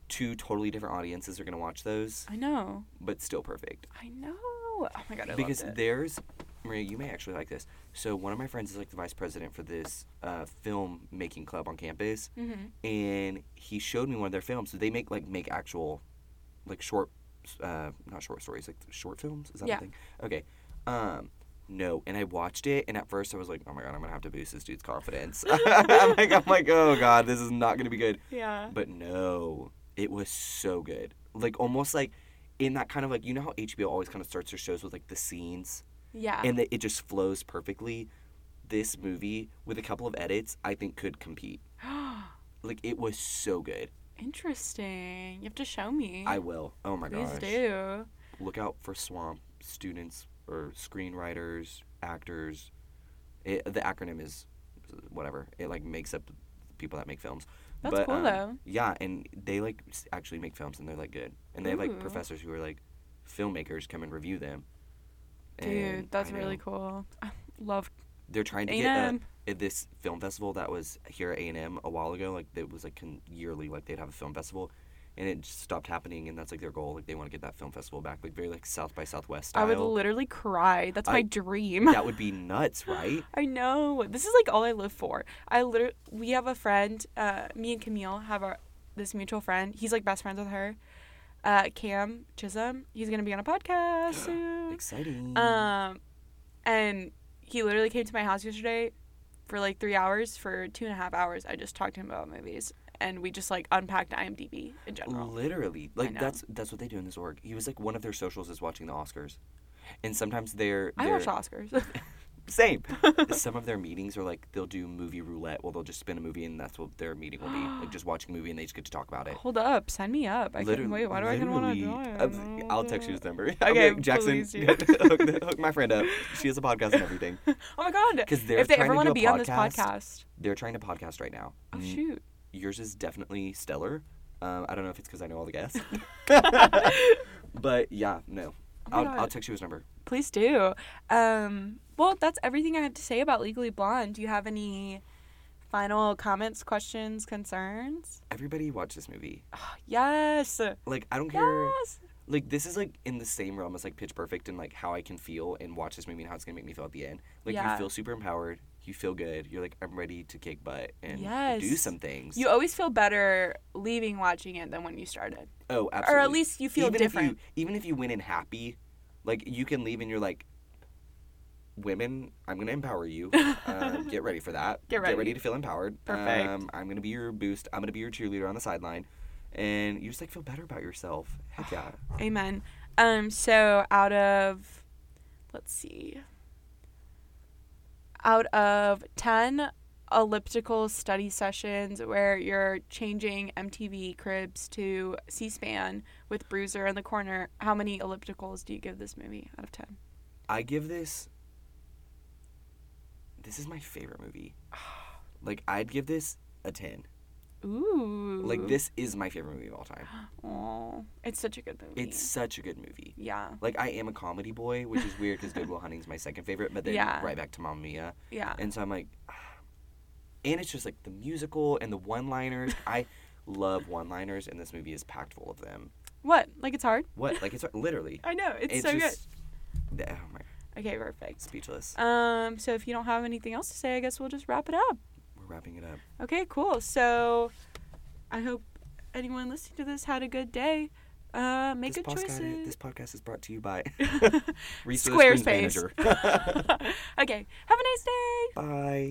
S2: Two totally different audiences are gonna watch those,
S1: I know.
S2: but still perfect.
S1: I know. Oh my god, I
S2: because
S1: loved it.
S2: there's Maria, you may actually like this. So one of my friends is like the vice president for this uh, film making club on campus,
S1: Mhm.
S2: and he showed me one of their films. So they make like make actual, like short, uh, not short stories, like short films. Is that
S1: Yeah.
S2: a thing? Okay. Um, no, and I watched it, and at first I was like, oh my god, I'm gonna have to boost this dude's confidence. I'm like, I'm like, oh god, this is not gonna be good.
S1: Yeah.
S2: But no, it was so good. Like almost like in that kind of like you know how HBO always kind of starts their shows with like the scenes
S1: Yeah.
S2: and that it just flows perfectly. This movie with a couple of edits, I think could compete. Like it was so good.
S1: Interesting. You have to show me.
S2: I will. Oh my
S1: Please
S2: gosh.
S1: do.
S2: Look out for Swamp students or screenwriters, actors. It, the acronym is whatever. It like makes up the people that make films.
S1: That's cool,
S2: um,
S1: though.
S2: Yeah, and they like s- actually make films and they're like good. And they have like
S1: Ooh.
S2: professors who are like filmmakers come and review them.
S1: Dude,
S2: And
S1: that's
S2: I know.
S1: really cool. um, I love
S2: They're trying to get uh, a,
S1: A&M.
S2: at this film festival that was here at A&M a while ago. Like it was like con- yearly, like they'd have a film festival, and it just stopped happening. And that's like their goal. Like they want to get that film festival back, like very like South by Southwest style.
S1: I would literally cry. That's
S2: I-
S1: my dream.
S2: that would be nuts, right?
S1: I know. This is like all I live for. I literally, we have a friend, uh, me and Camille have our, this mutual friend. He's like best friends with her. Uh, Cam Chisholm. He's going to be on a podcast soon.
S2: Exciting.
S1: Um, and he literally came to my house yesterday for like three hours. For two and a half hours, I just talked to him about movies, and we just like unpacked IMDb in general.
S2: Literally,
S1: I
S2: like
S1: know.
S2: that's that's what they do in this org. He was like one of their socials is watching the Oscars, and sometimes they're,
S1: I
S2: they're-
S1: watched Oscars.
S2: same. Some of their meetings are like they'll do movie roulette. Well, they'll just spin a movie, and that's what their meeting will be like just watching a movie, and they just get to talk about it.
S1: Hold up, sign me up. I couldn't wait. Why do I kind of want to
S2: literally.
S1: join?
S2: I'll text you his number.
S1: Okay,
S2: Okay, Jackson,
S1: please do.
S2: hook, the- hook my friend up. She has a podcast and everything.
S1: Oh my god!
S2: 'Cause they're
S1: if they
S2: trying
S1: ever
S2: to
S1: want
S2: do
S1: to
S2: a
S1: be on this
S2: podcast.
S1: podcast,
S2: They're trying to podcast right now.
S1: oh
S2: Mm,
S1: shoot,
S2: Yours is definitely stellar. Um, I don't know if it's because I know all the guests, but yeah, no.
S1: Oh my
S2: I'll,
S1: God.
S2: I'll text you his number.
S1: please do. Um, well, that's everything I had to say about Legally Blonde. Do you have any final comments, questions, concerns?
S2: Everybody watch this movie.
S1: Yes,
S2: Like I don't care.
S1: yes.
S2: Like this is like in the same realm as like Pitch Perfect and like how I can feel and watch this movie and how it's gonna make me feel at the end. Like
S1: Yeah.
S2: you feel super empowered. You feel good. You're like I'm ready to kick butt and do
S1: Yes.
S2: some things.
S1: You always feel better leaving watching it than when you started,
S2: oh, absolutely.
S1: or at least you feel
S2: even
S1: different.
S2: If you, even if you went in happy, like you can leave and you're like, women, I'm gonna empower you. Um, get ready for that.
S1: Get ready.
S2: to feel empowered.
S1: Perfect.
S2: Um, I'm gonna be your boost. I'm gonna be your cheerleader on the sideline, and you just like feel better about yourself. Heck yeah.
S1: Amen. Um, so out of let's see. Out of ten elliptical study sessions where you're changing MTV cribs to C SPAN with Bruiser in the corner, how many ellipticals do you give this movie out of ten?
S2: I give this. This is my favorite movie. Like I'd give this a ten.
S1: Ooh.
S2: Like this is my favorite movie of all time.
S1: Aw, it's such a good movie.
S2: It's such a good movie.
S1: yeah.
S2: Like I am a comedy boy, which is weird because Good Will Hunting's my second favorite, but then
S1: Yeah.
S2: right back to Mamma Mia,
S1: Yeah.
S2: and so I'm like, and it's just like the musical and the one-liners. I love one-liners, and this movie is packed full of them.
S1: What? Like it's hard?
S2: What? Like it's literally.
S1: I know, it's, so
S2: good. Oh my,
S1: good. Okay, perfect.
S2: speechless.
S1: Um, so if you don't have anything else to say, I guess we'll just wrap it up.
S2: We're wrapping it up.
S1: Okay, cool. So I hope anyone listening to this had a good day. Uh, make
S2: this
S1: good
S2: podcast,
S1: choices.
S2: this podcast is brought to you by Reese
S1: Squarespace.
S2: Witherspoon's manager.
S1: okay, have a nice day.
S2: Bye.